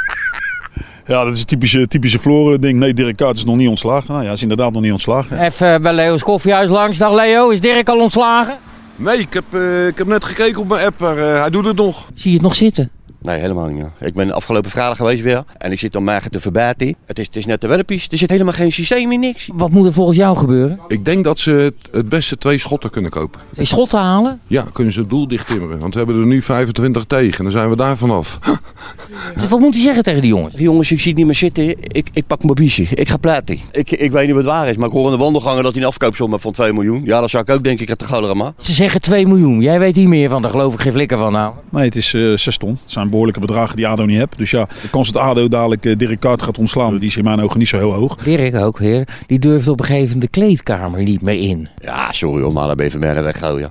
X: Ja, dat is een typische, typische Floren-ding. Nee, Dirk Kuyt is nog niet ontslagen. Nou ja, hij is inderdaad nog niet ontslagen.
H: Even Eh, bij Leo's koffiehuis langs. Dag Leo, is Dirk al ontslagen?
W: Nee, ik heb, ik heb net gekeken op mijn app, maar hij doet het nog.
H: Zie je het nog zitten?
W: Nee, helemaal niet meer. Ik ben afgelopen vrijdag geweest weer en ik zit dan magen te verbijten. Het is, het is net de welpies. Er zit helemaal geen systeem in, niks.
H: Wat moet er volgens jou gebeuren?
Y: Ik denk dat ze het, het beste twee schotten kunnen kopen.
H: Twee schotten halen?
Y: Ja, kunnen ze het doel dicht timmeren. Want we hebben er nu 25 tegen en dan zijn we daar vanaf.
H: wat moet hij zeggen tegen die jongens?
W: Die jongens, ik zie het niet meer zitten. Ik, ik pak mijn biertje. Ik ga platen. Ik, ik weet niet wat waar is, maar ik hoor in de wandelgangen dat hij een afkoopsom heeft van 2 miljoen. Ja, dat zou ik ook denken. Ik heb de galera maar.
H: Ze zeggen 2 miljoen. Jij weet hier meer van, daar geloof ik geen flikker van nou.
X: eh,
Y: Nee, het is 6 ton. Het zijn
X: zijn behoorlijke bedragen die ADO niet hebt. Dus ja, de kans dat ADO dadelijk eh, Dirk Kuyt gaat ontslaan, die is in mijn ogen niet zo heel hoog.
H: Dirk ook weer, die durfde op een gegeven moment de kleedkamer niet meer in.
W: Ja, sorry hoor, maar dan ben je van mij weggooien. ja.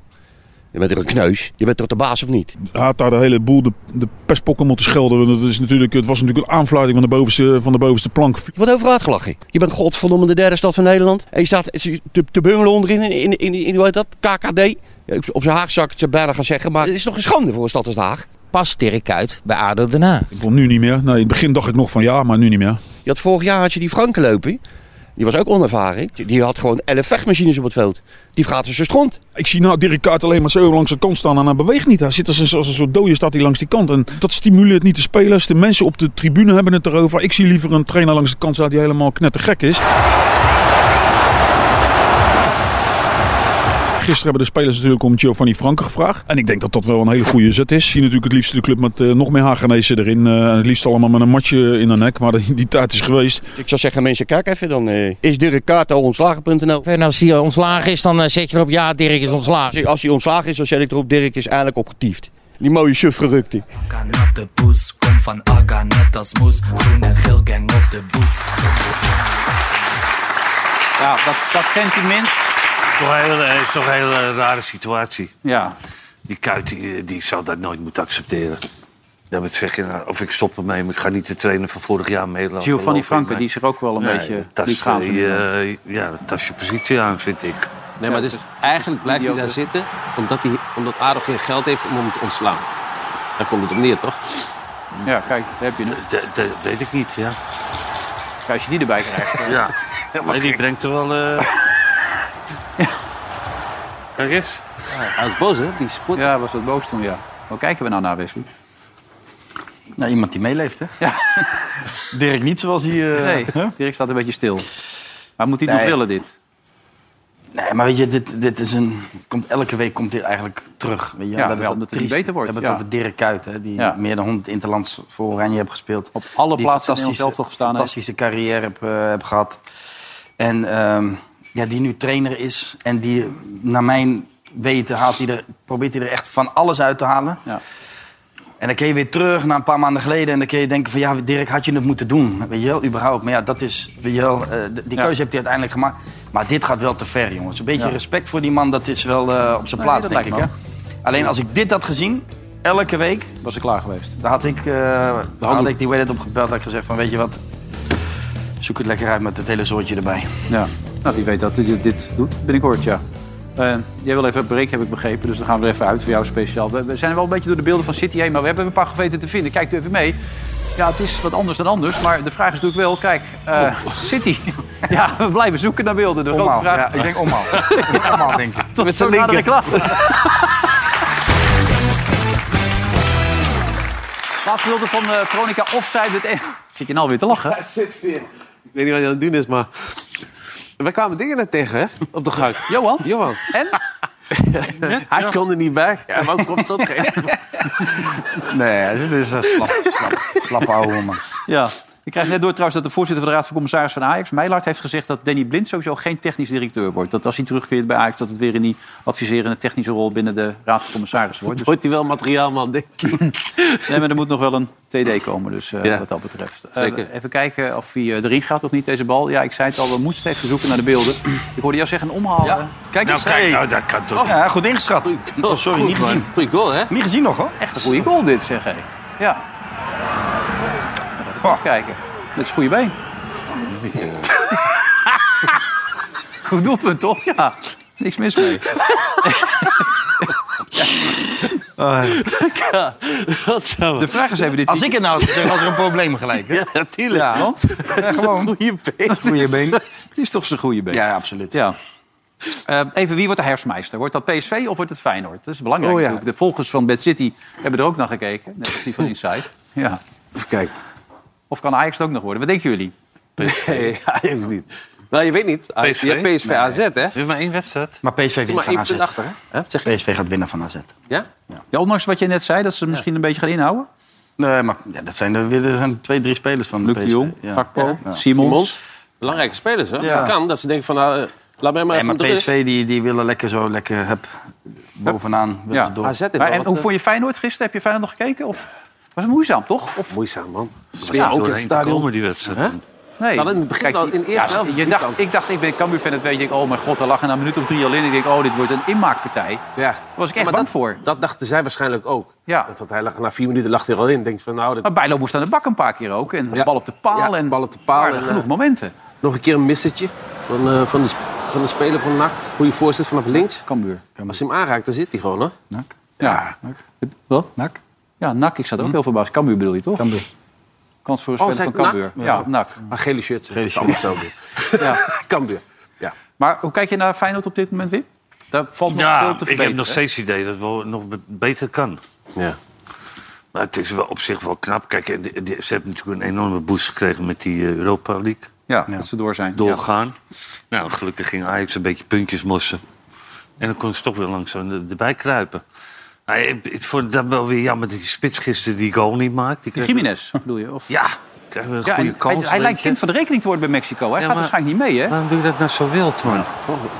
W: Je bent toch een kneus? Je bent toch de baas of niet?
X: Had daar de hele boel de, de perspokken moeten schelden. want Dat is natuurlijk, het was natuurlijk een aanfluiting van de bovenste, van de bovenste plank.
W: Je wordt overal uitgelachen. Je bent godverdomme de derde stad van Nederland. En je staat te, te bungelen onderin in, in, in, in- hoe heet dat? KKD. Ja, ik- Op zijn haag zou ik het bijna gaan zeggen, maar het is toch een schande voor een stad als Den Haag.
H: Past Dirk uit bij ADO Den Haag?
X: Ik wil nu niet meer. Nee, in het begin dacht ik nog van ja, maar nu niet meer.
W: Je had vorig jaar had je die Franken lopen. Die was ook onervaren. Die- Die had gewoon elf vechtmachines op het veld. Die vraagt ze zijn stront.
X: Ik zie nou Dirk Kuyt alleen maar zo langs de kant staan en hij beweegt niet. Hij zit als een, als een soort dode staat hij langs die kant. En dat stimuleert niet de spelers. De mensen op de tribune hebben het erover. Ik zie liever een trainer langs de kant staan die helemaal knettergek is. Gisteren hebben de spelers natuurlijk om Giovanni Franke gevraagd. En ik denk dat dat wel een hele goede zet is. Zie natuurlijk het liefst de club met eh, nog meer Hagenezen erin. Eh, het liefst allemaal met een matje in de nek. Maar die, die tijd is geweest.
W: Ik zou zeggen, mensen, kijk even dan. eh, is Dirk Kaart al ontslagen.nl?
H: En als hij ontslagen is, dan eh, zet je erop ja, Dirk is ontslagen.
W: Als, als hij ontslagen is, dan zet ik erop, Dirk is eindelijk opgetiefd. Die mooie suf gerukte.
I: Kanat de poes, kom van Aga net als moes. Groen en geel gang op de boef.
B: Ja, dat, dat sentiment.
E: Het is toch een hele rare situatie.
B: Ja.
E: Die kuit die, eh, die zou dat nooit moeten accepteren. Daarmee zeg je, nou, of ik stop ermee, maar ik ga niet de trainer van vorig jaar meelopen.
B: Giovanni
E: lopen,
B: Franke,
E: maar-
B: die is er ook wel een
E: Nee,
B: beetje
E: dat
B: niet
E: is,
B: gaan ze
E: eh,
B: nu.
E: eh, Ja, dat tast je positie aan, vind ik.
F: Nee, maar dus eigenlijk blijft hij daar
E: idiote.
F: zitten omdat, hij, omdat ADO geen geld heeft om hem te ontslaan. Daar komt het op neer, toch?
B: Ja, kijk, daar heb je
F: Dat weet ik niet, ja.
B: Als je die erbij krijgt. eh,
E: Ja, nee, die brengt er wel... eh, Kijk eens.
B: hij was boos, hè? Die sport. Ja, hij was wat boos toen, ja. Hoe kijken we nou naar Wesley?
F: eh.
C: Nou, iemand die meeleeft, hè?
B: Ja.
C: Dirk niet zoals hij... eh,
B: nee, Dirk staat een beetje stil. Maar moet hij het
C: Nee.
B: nog willen, dit?
C: Nee, maar weet je, dit, dit is een... het Komt, elke week komt dit eigenlijk terug. Weet je? dat is
B: Ja, wel,
C: altijd
B: omdat hij
C: triest.
B: beter wordt,
C: We hebben het
B: ja.
C: over Dirk Kuyt, hè, die
B: Ja.
C: meer dan 100 interlands voor Oranje heeft gespeeld. Op
B: alle plaatsen in Nederland zelf gestaan heeft.
C: fantastische carrière heb, eh, heb gehad. En ehm, ja, die nu trainer is. En die, naar mijn weten, haalt hij er, probeert hij er echt van alles uit te halen.
B: Ja.
C: En dan kun je weer terug naar een paar maanden geleden. En dan kun je denken van ja, Dirk, had je het moeten doen? Weet je wel, überhaupt. Maar ja, dat is, weet je wel, eh, d- die
B: Ja.
C: keuze heeft hij uiteindelijk gemaakt. Maar dit gaat wel te ver, jongens. Een beetje
B: Ja.
C: respect voor die man, dat is wel eh, op zijn
B: Nee,
C: plaats,
B: dat
C: denk ik.
B: lijkt
C: Hè?
B: me
C: Alleen als ik dit had gezien, elke week...
B: Was ik klaar geweest.
C: Dan had ik, eh dan had ik die Wedded opgebeld en had ik gezegd van, weet je wat... Zoek het lekker uit met het hele zoortje erbij.
B: Ja. Nou, wie weet dat dit, dit doet binnenkort, ja. Eh, jij wil even breken, heb ik begrepen. Dus dan gaan we er even uit voor jou speciaal. We, we zijn wel een beetje door de beelden van City heen, maar we hebben een paar geweten te vinden. Kijk u even mee. Ja, het is wat anders dan anders. Maar de vraag is natuurlijk wel, kijk, eh, City. ja, we blijven zoeken naar beelden. De grote
C: Omhaal,
B: vraag.
C: Oh. ja, ik denk omhaal. Allemaal, denk ik.
B: Tot
C: Met
B: zo
C: zijn
B: na de
C: linker.
B: reclame. Laatste wilde van eh, Veronica Offside. Het e- Zit je nou weer te lachen?
D: Hij zit weer. Ik weet niet wat hij aan het doen is, maar... Wij kwamen dingen net tegen, hè? Op de gang.
B: Johan?
D: Johan.
B: En?
D: hij kon er niet bij. Ja, maar hoe komt dat? Geen...
C: Nee, dit is een slap, slap, slap ouwe man.
B: Ja. Ik krijg net door trouwens dat de voorzitter van de Raad van Commissaris van Ajax, Meijlaert, heeft gezegd dat Danny Blind sowieso geen technisch directeur wordt. Dat als hij terugkeert bij Ajax, dat het weer in die adviserende technische rol binnen de Raad van Commissarissen wordt. Dus,
D: Wordt hij wel materiaalman, denk ik.
B: nee, maar er moet nog wel een TD komen, dus eh,
D: Ja.
B: wat dat betreft. Eh,
D: Zeker.
B: even kijken of hij eh, erin gaat of niet, deze bal. Ja, ik zei het al, we moesten even zoeken naar de beelden. Ik hoorde jou zeggen omhalen.
C: Kijk
E: Nou,
C: eens.
E: kijk,
C: hey.
E: nou, dat kan toch.
C: Ja, goed ingeschat. Oh, sorry, niet gezien.
F: Goeie goal, hè?
C: Niet gezien nog, hoor.
B: Echt een goede goal dit, zeg hé. Ja. Even kijken. Met zijn goede been. Goed doelpunt, toch? Ja. Niks mis mee.
D: Wat zou...
B: Ah. De vraag is even dit.
C: Als ik het nou had gezegd, was er een probleem gelijk. Hè?
D: Ja, natuurlijk.
B: Ja, want
C: Ja, gewoon.
D: Goeie been.
C: Goeie been.
B: het is toch zijn goede been.
C: Ja, absoluut.
B: Ja. Eh, even, wie wordt de herfstmeister? Wordt dat PSV of wordt het Feyenoord? Dat is belangrijk.
D: Oh, ja.
B: natuurlijk. De volgers van Bad City hebben er ook naar gekeken. Net als die van Inside. Ja.
D: Kijk.
B: Of kan Ajax het ook nog worden? Wat denken jullie?
D: Nee, Ajax niet. Nou, je weet niet.
F: PSV?
D: Je hebt PSV AZ, hè?
E: We hebben maar één wedstrijd.
C: Maar PSV
F: maar
C: wint van
F: één
C: AZ.
F: punt achter, hè?
C: PSV gaat winnen van AZ.
F: Ja?
B: Ja, ondanks wat je net zei, dat ze misschien een beetje gaan inhouden.
C: Nee, maar ja, dat zijn er weer er zijn twee, drie spelers van
B: Luc
C: PSV.
B: de Jong,
C: ja.
B: Gakpo,
C: Ja.
B: Simons.
F: Simons. Belangrijke spelers, hè?
C: Ja.
F: Dat kan, dat ze denken van, nou, eh, laat mij maar
C: Nee,
F: even
C: maar
F: met rust.
C: PSV die, die willen lekker zo lekker hup, bovenaan. Willen
B: Ja.
C: ze door.
F: AZ heeft
B: Maar,
F: wel
B: en
F: wat,
B: hoe
F: eh,
B: vond je Feyenoord gisteren? Heb je Feyenoord nog gekeken? Of was was moeizaam, toch? Of...
D: Moeizaam, man.
E: Ze ja, ook in het stadion. Die wedstrijd. man.
B: Nee.
D: Ze hadden in het begin al in de eerste helft
B: je
D: drie
B: dacht,
D: kansen.
B: ik dacht, ik ben Cambuur-fan, dat weet ik. Oh mijn god, daar lag er na een minuut of drie al in. Ik denk, oh, dit wordt een inmaakpartij.
D: Ja. Daar
B: was ik echt bang
D: dat,
B: voor.
D: Dat dachten zij waarschijnlijk ook.
B: Ja.
D: Want hij lag, na vier minuten lag hij er al in. Denkt van, nou, dat-
B: Maar Bijlo moest aan de bak een paar keer ook. En bal op de paal. en
D: bal op de paal.
B: waren er
D: en,
B: genoeg
D: eh,
B: momenten.
D: Nog een keer een missetje van, eh, van, de, sp- van de speler van NAC. Goede voorzet vanaf links.
B: Cambuur.
D: Als hij hem aanraakt, dan zit hij gewoon, hè?
B: NAC. Ja. Wat? NAC? Ja, NAC. Ik zat ook heel verbaasd. Cambuur bedoel je, toch? Cambuur. Kans voor een
D: Oh,
B: speler
D: zei
B: van
D: ik
B: Cambuur.
D: NAC?
B: Ja,
D: Ja.
B: NAC.
D: Maar gele shirt. Gele
B: shirt.
D: Ja. Cambuur. Ja.
B: Maar hoe kijk je naar Feyenoord op dit moment, Wim? Daar valt nog veel
E: Ja,
B: te
E: ik
B: verbeteren.
E: heb nog
B: hè?
E: steeds het idee dat het wel nog be- beter kan.
D: Ja.
E: Maar het is wel op zich wel knap. Kijk, en die- die- ze hebben natuurlijk een enorme boost gekregen met die eh, Europa League.
B: Ja, dat ze door zijn.
E: Doorgaan. Nou, gelukkig ging Ajax een beetje puntjes mossen. En dan kon ze toch weer langzaam er- erbij kruipen. Maar ik, ik vond het dan wel weer jammer dat die spits gisteren die goal niet maakt. Die
B: Die
E: kreeg-
B: Jiménez, bedoel je? Of?
E: Ja, krijgen we een
B: Ja,
E: goede
B: en
E: kans.
B: Hij, hij
E: denk
B: lijkt
E: je.
B: kind van de rekening te worden bij Mexico. Hij
E: Ja,
B: gaat
E: maar-
B: waarschijnlijk niet mee, hè?
E: Waarom doe je dat nou zo wild, man?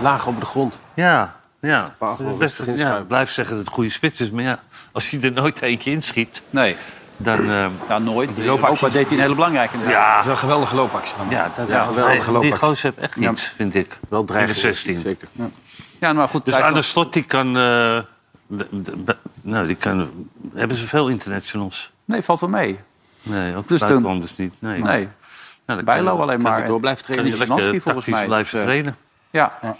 D: laag op de grond.
E: Ja, ja.
D: paal gewoon
E: Best-
D: rustig
E: ja,
D: inschuiven.
E: ik blijf zeggen dat het goede spits is, maar ja, als hij er nooit eentje inschiet,
B: Nee.
E: dan. ehm,
B: Ja, nooit. Die
E: loopacties-
B: loopactie deed hij een hele belangrijke.
E: Ja. Dat is
B: wel een geweldige loopactie van
E: ja, dat
B: ja,
E: wel
B: geweldige
E: Die
B: loopactie.
E: gozer heeft echt
B: Ja.
E: iets, vind ik. Wel
D: dreigend,
E: In de 16.
D: zeker.
B: Ja, maar goed.
E: Dus
B: hij-
E: aan de slot, die kan. eh, de- de- de- nou, die kan. Hebben ze veel internationals?
B: Nee, valt wel mee.
E: Nee, ook
B: Dus
E: dus
B: toen-
E: buitenlanders niet.
B: Nee.
E: Nee. Nou, dan
B: Bijlo
E: kan-
B: alleen
E: kan
B: maar.
E: hij door blijven
B: En-
E: trainen.
B: en
E: Kan hij lekker
B: Lassie volgens
E: tactisch
B: mij.
E: blijven
B: Dus, eh,
E: trainen.
B: Ja.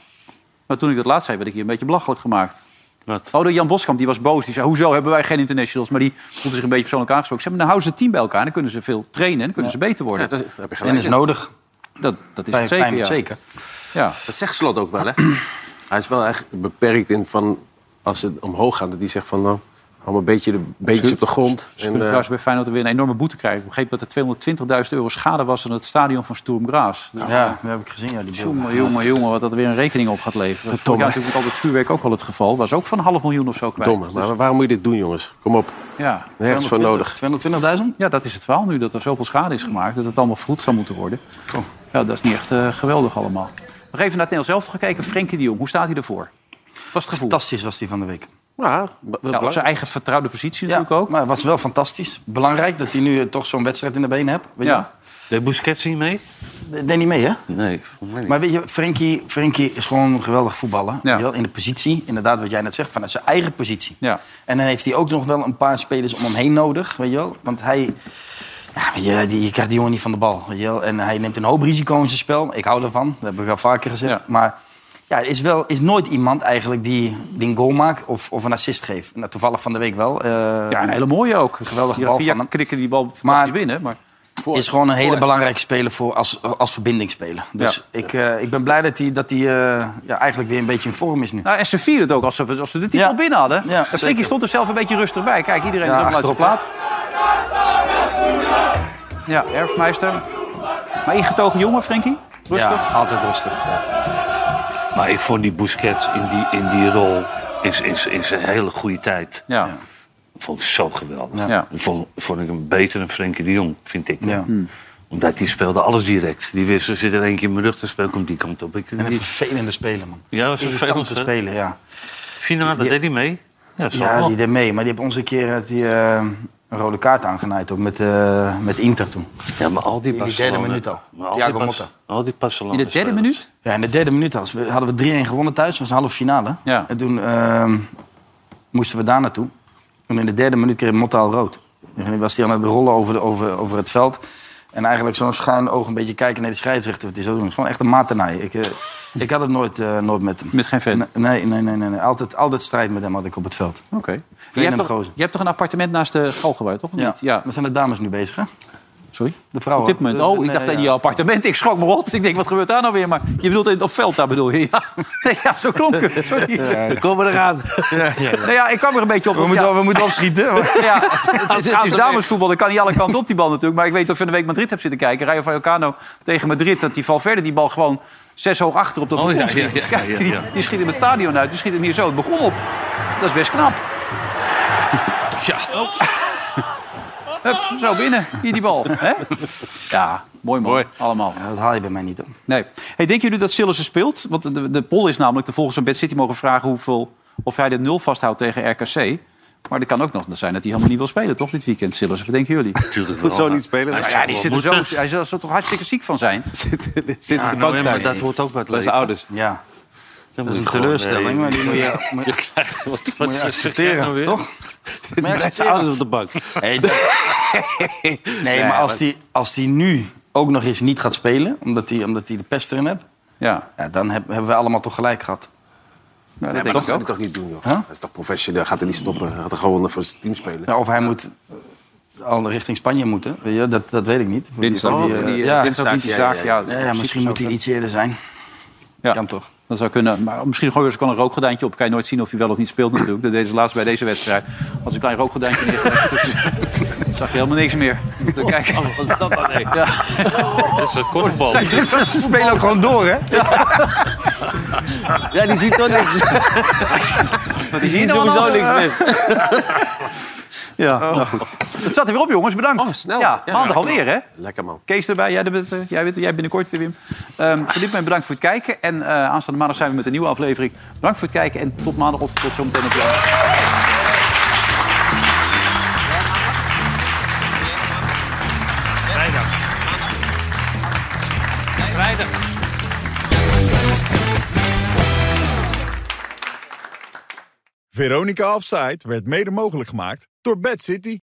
B: Maar toen ik dat laatst zei, werd ik hier een beetje belachelijk gemaakt.
E: Wat?
B: Oh, door Jan Boskamp, die was boos. Die zei, hoezo hebben wij geen internationals? Maar die voelde zich een beetje persoonlijk aangesproken. Ze hebben, nou houden ze het team bij elkaar. Dan kunnen ze veel trainen. Dan kunnen ze beter worden.
D: Ja, dat, daar heb je gelijk
C: En is
D: in.
C: nodig.
B: Dat, dat is
C: Bij
B: het zeker, ja.
C: Feyenoord zeker.
B: Ja.
D: Dat zegt Slot ook wel, hè? hij is wel echt beperkt in van... Als het omhoog gaat, dat hij zegt van... Nou, hou maar een beetje de beentjes op de grond.
B: Ze kunnen
D: eh,
B: trouwens bij Feyenoord weer een enorme boete krijgen. Ik begreep dat er 220.000 euro schade was aan het stadion van Sturm Graas. Dus,
C: Ja, dat heb ik gezien. Ja, die
B: Jongen, jongen, jongen, wat dat weer een rekening op gaat leveren. Vorig jaar natuurlijk met al het vuurwerk ook al het geval. Was ook van een half miljoen of zo kwijt. Dus
D: Domme, maar waarom moet je dit doen, jongens? Kom op.
B: Ja.
D: Nergens voor nodig.
B: 220.000? Ja, dat is het verhaal nu. Dat er zoveel schade is gemaakt. Dat het allemaal vergoed zou moeten worden.
C: Oh.
B: Ja, dat is niet echt eh, geweldig allemaal. Nog even naar het Nederlands zelf gekeken. Frenkie de Jong, hoe staat hij ervoor? Wat was het gevoel?
C: Fantastisch was die van de week.
D: Ja,
B: Ja, op zijn eigen vertrouwde positie natuurlijk ook.
C: Maar het was wel fantastisch. Belangrijk dat hij nu eh, toch zo'n wedstrijd in de benen hebt. Weet
B: Ja.
E: Deed Busquets niet mee?
C: je? Deed niet mee, hè?
E: Nee, volgens mij niet.
C: Maar weet je, Frenkie, Frenkie is gewoon een geweldig voetballer.
B: Ja.
C: Weet je wel, In de positie, inderdaad wat jij net zegt, vanuit zijn eigen positie.
B: Ja.
C: En dan heeft hij ook nog wel een paar spelers om hem heen nodig, weet je wel. Want hij... Ja, weet je, die, je krijgt die jongen niet van de bal, weet je wel. En hij neemt een hoop risico in zijn spel. Ik hou ervan, dat heb ik al vaker gezegd. Maar ja, er is, wel, is nooit iemand eigenlijk die, die een goal maakt of, of een assist geeft. Nou, toevallig van de week wel. eh,
B: Ja, een hele mooie ook.
C: geweldige
B: Die
C: bal
B: Rafinha
C: van hem.
B: krikken die bal fantastisch
C: Maar-
B: binnen. Maar
C: is gewoon een hele belangrijke speler voor als, als verbindingsspeler. Dus ik, eh, ik ben blij dat hij dat hij, eh, ja, eigenlijk weer een beetje in vorm is nu.
B: Nou, en ze vieren het ook als ze, als ze de titel
C: Ja.
B: binnen hadden.
C: Ja,
B: en Frenkie
C: zeker.
B: stond er zelf een beetje rustig bij. Kijk, iedereen
C: Ja,
B: ja, op de
C: achterop,
B: plaat. Ja, erfmeister. Maar ingetogen jongen, Frenkie? Rustig?
C: Ja, altijd rustig.
E: Maar ik vond die Busquets in die, in die rol is, is, is een hele goede tijd.
B: Ja.
E: Vond ik zo geweldig.
B: Ja.
E: Vond, vond ik hem beter dan Frenkie de Jong, vind ik.
C: Ja.
E: Omdat die speelde alles direct. Die wist, er zit er eentje in mijn rug te spelen, komt die kant op. Ik,
C: En een
E: die,
C: vervelende speler, man.
E: ja, was een
C: Irritant te
E: vervelend. hè?
C: spelen, ja.
E: Finale,
C: Die-
E: deed hij mee? Ja, zo
C: Ja,
E: wel.
C: die deed mee. Maar die heeft ons een keer eh, die, eh, een rode kaart aangenaaid. Ook met, eh, met Inter toen.
E: ja maar al die
C: In de
E: Barcelona-
C: derde minuut al.
E: maar al die
C: Thiago
E: Bas-
C: Motta.
E: Al die Barcelona
B: In de derde
E: spelers.
B: minuut?
C: Ja, in de derde minuut als we- hadden we 3-1 gewonnen thuis. Dat was de halve finale.
B: Ja.
C: En toen ehm, moesten we daar naartoe. En in de derde minuut kreeg Motta al rood. En toen was hij aan het rollen over, de- over, over het veld. En eigenlijk zo'n schuin oog een beetje kijken naar de scheidsrechter. Wat is dat doen? Het is gewoon echt een matenij. Ik, eh, ik had het nooit, eh, nooit met hem.
B: Met geen vet.
C: Nee, nee, nee. nee, nee. Altijd, altijd strijd met hem had ik op het veld.
B: Oké. Je,
C: Vreemde
B: hebt toch-
C: gozer.
B: je hebt toch een appartement naast de Galgenwaard, toch? Of
C: Ja.
B: niet? ja.
C: Maar zijn de dames nu bezig, hè?
B: Sorry?
C: De vrouwen.
B: Op dit moment.
C: Eh,
B: Oh, ik
C: nee,
B: dacht in
C: ja.
B: je appartement. Ik schrok me rot. Ik denk, wat gebeurt daar nou weer? Maar je bedoelt in- op veld daar bedoel je? Ja, nee, ja zo klonk het. Sorry.
D: We komen eraan.
B: Nou ja, ik kwam er een beetje op.
C: We moeten, we moeten opschieten.
B: Ja, het is, het is damesvoetbal. Dat kan niet alle kanten op die bal natuurlijk. Maar ik weet dat ik van de week Madrid heb zitten kijken. Rayo Vallecano tegen Madrid. Dat die Valverde die bal gewoon zes hoog achter op dat
E: Oh,
B: balkon
E: ja,
B: schiet.
E: ja, ja,
B: Kijk,
E: ja, ja.
B: Die, die schiet hem het stadion uit. Die schiet hem hier zo het balkon op. Dat is best knap.
E: Ja.
B: Hup, zo binnen. Hier die bal. hè? Ja, mooi man.
D: Mooi.
B: Allemaal.
C: Dat haal je bij mij niet, hoor.
B: Nee. Hey, denken jullie dat Sillissen speelt? Want de, de poll is namelijk de volgers van Bad City mogen vragen hoeveel, of hij de nul vasthoudt tegen RKC. Maar er kan ook nog zijn dat hij helemaal niet wil spelen, toch? Dit weekend, Sillers. Wat denken jullie?
E: Natuurlijk wel. Zou niet
C: eh,
E: spelen?
B: Nou,
E: Hij
B: ja,
E: zou
B: die
E: wel
B: zit er zo,
E: moeten.
B: hij zou er toch hartstikke ziek van zijn? zit
E: Ja, op de nou bank ja, maar thuis. dat hoort ook bij het
B: Bij zijn
E: leven.
B: ouders. Ja. Dat is
E: Dan moet
B: een
E: je gewoon,
B: teleurstelling,
E: eh,
B: maar die moet je, moet,
E: je krijgt- wat-
B: moet
E: wat
B: je
E: zeg jij
B: accepteren,
E: nou weer?
B: toch?
E: Die bij zijn ouders op de bank.
C: Hey, dat- nee, maar als die, als die nu ook nog eens niet gaat spelen, omdat hij omdat die de pest erin hebt,
B: ja. nou,
C: dan heb- hebben we allemaal toch gelijk gehad.
D: Nee,
C: dat denk
D: maar dat
C: ik
D: zou
C: ook.
D: hij toch niet doen, joh.
C: Huh?
D: Hij is toch professioneel, gaat er niet stoppen. Hij gaat er gewoon voor zijn team spelen.
C: Nou, of hij moet al richting Spanje moeten, weet je, dat, dat weet ik niet. Voor die-
D: Dinsdag.
C: voor
D: Oh, voor die,
C: eh,
D: eh, dinsdag,
C: die-
D: dinsdag, ja,
C: ja,
D: dat is
C: ja,
D: precies
C: misschien
D: zo.
C: moet hij iets eerder zijn.
B: Ja, toch? Dat zou kunnen. Maar misschien gooi je er wel een rookgordijntje op. Kan je nooit zien of hij wel of niet speelt natuurlijk. Dat deed ze laatst bij deze wedstrijd. Als een klein rookgordijntje neergelegd dus, dan zag je helemaal niks meer. Dan kijk je- Ja.
E: Dat is een korfbal.
B: Zijn dit soort-
C: Ze spelen ook gewoon door, hè?
E: Ja, die ziet toch niks.
B: Die zien
E: sowieso niks mis.
B: Ja, nou goed. Het staat er weer op, jongens. Bedankt.
E: Oh,
B: Ja, maandag alweer, hè?
D: Lekker man.
B: Kees erbij, jij, er bent, eh, jij, bent- jij binnenkort weer, Wim. Ehm, voor dit moment bedankt voor het kijken. En eh, aanstaande maandag zijn we met een nieuwe aflevering. Bedankt voor het kijken en tot maandag of tot zometeen op jou.
E: Vrijdag. Vrijdag.
J: Veronica Offside werd mede mogelijk gemaakt door Bad City.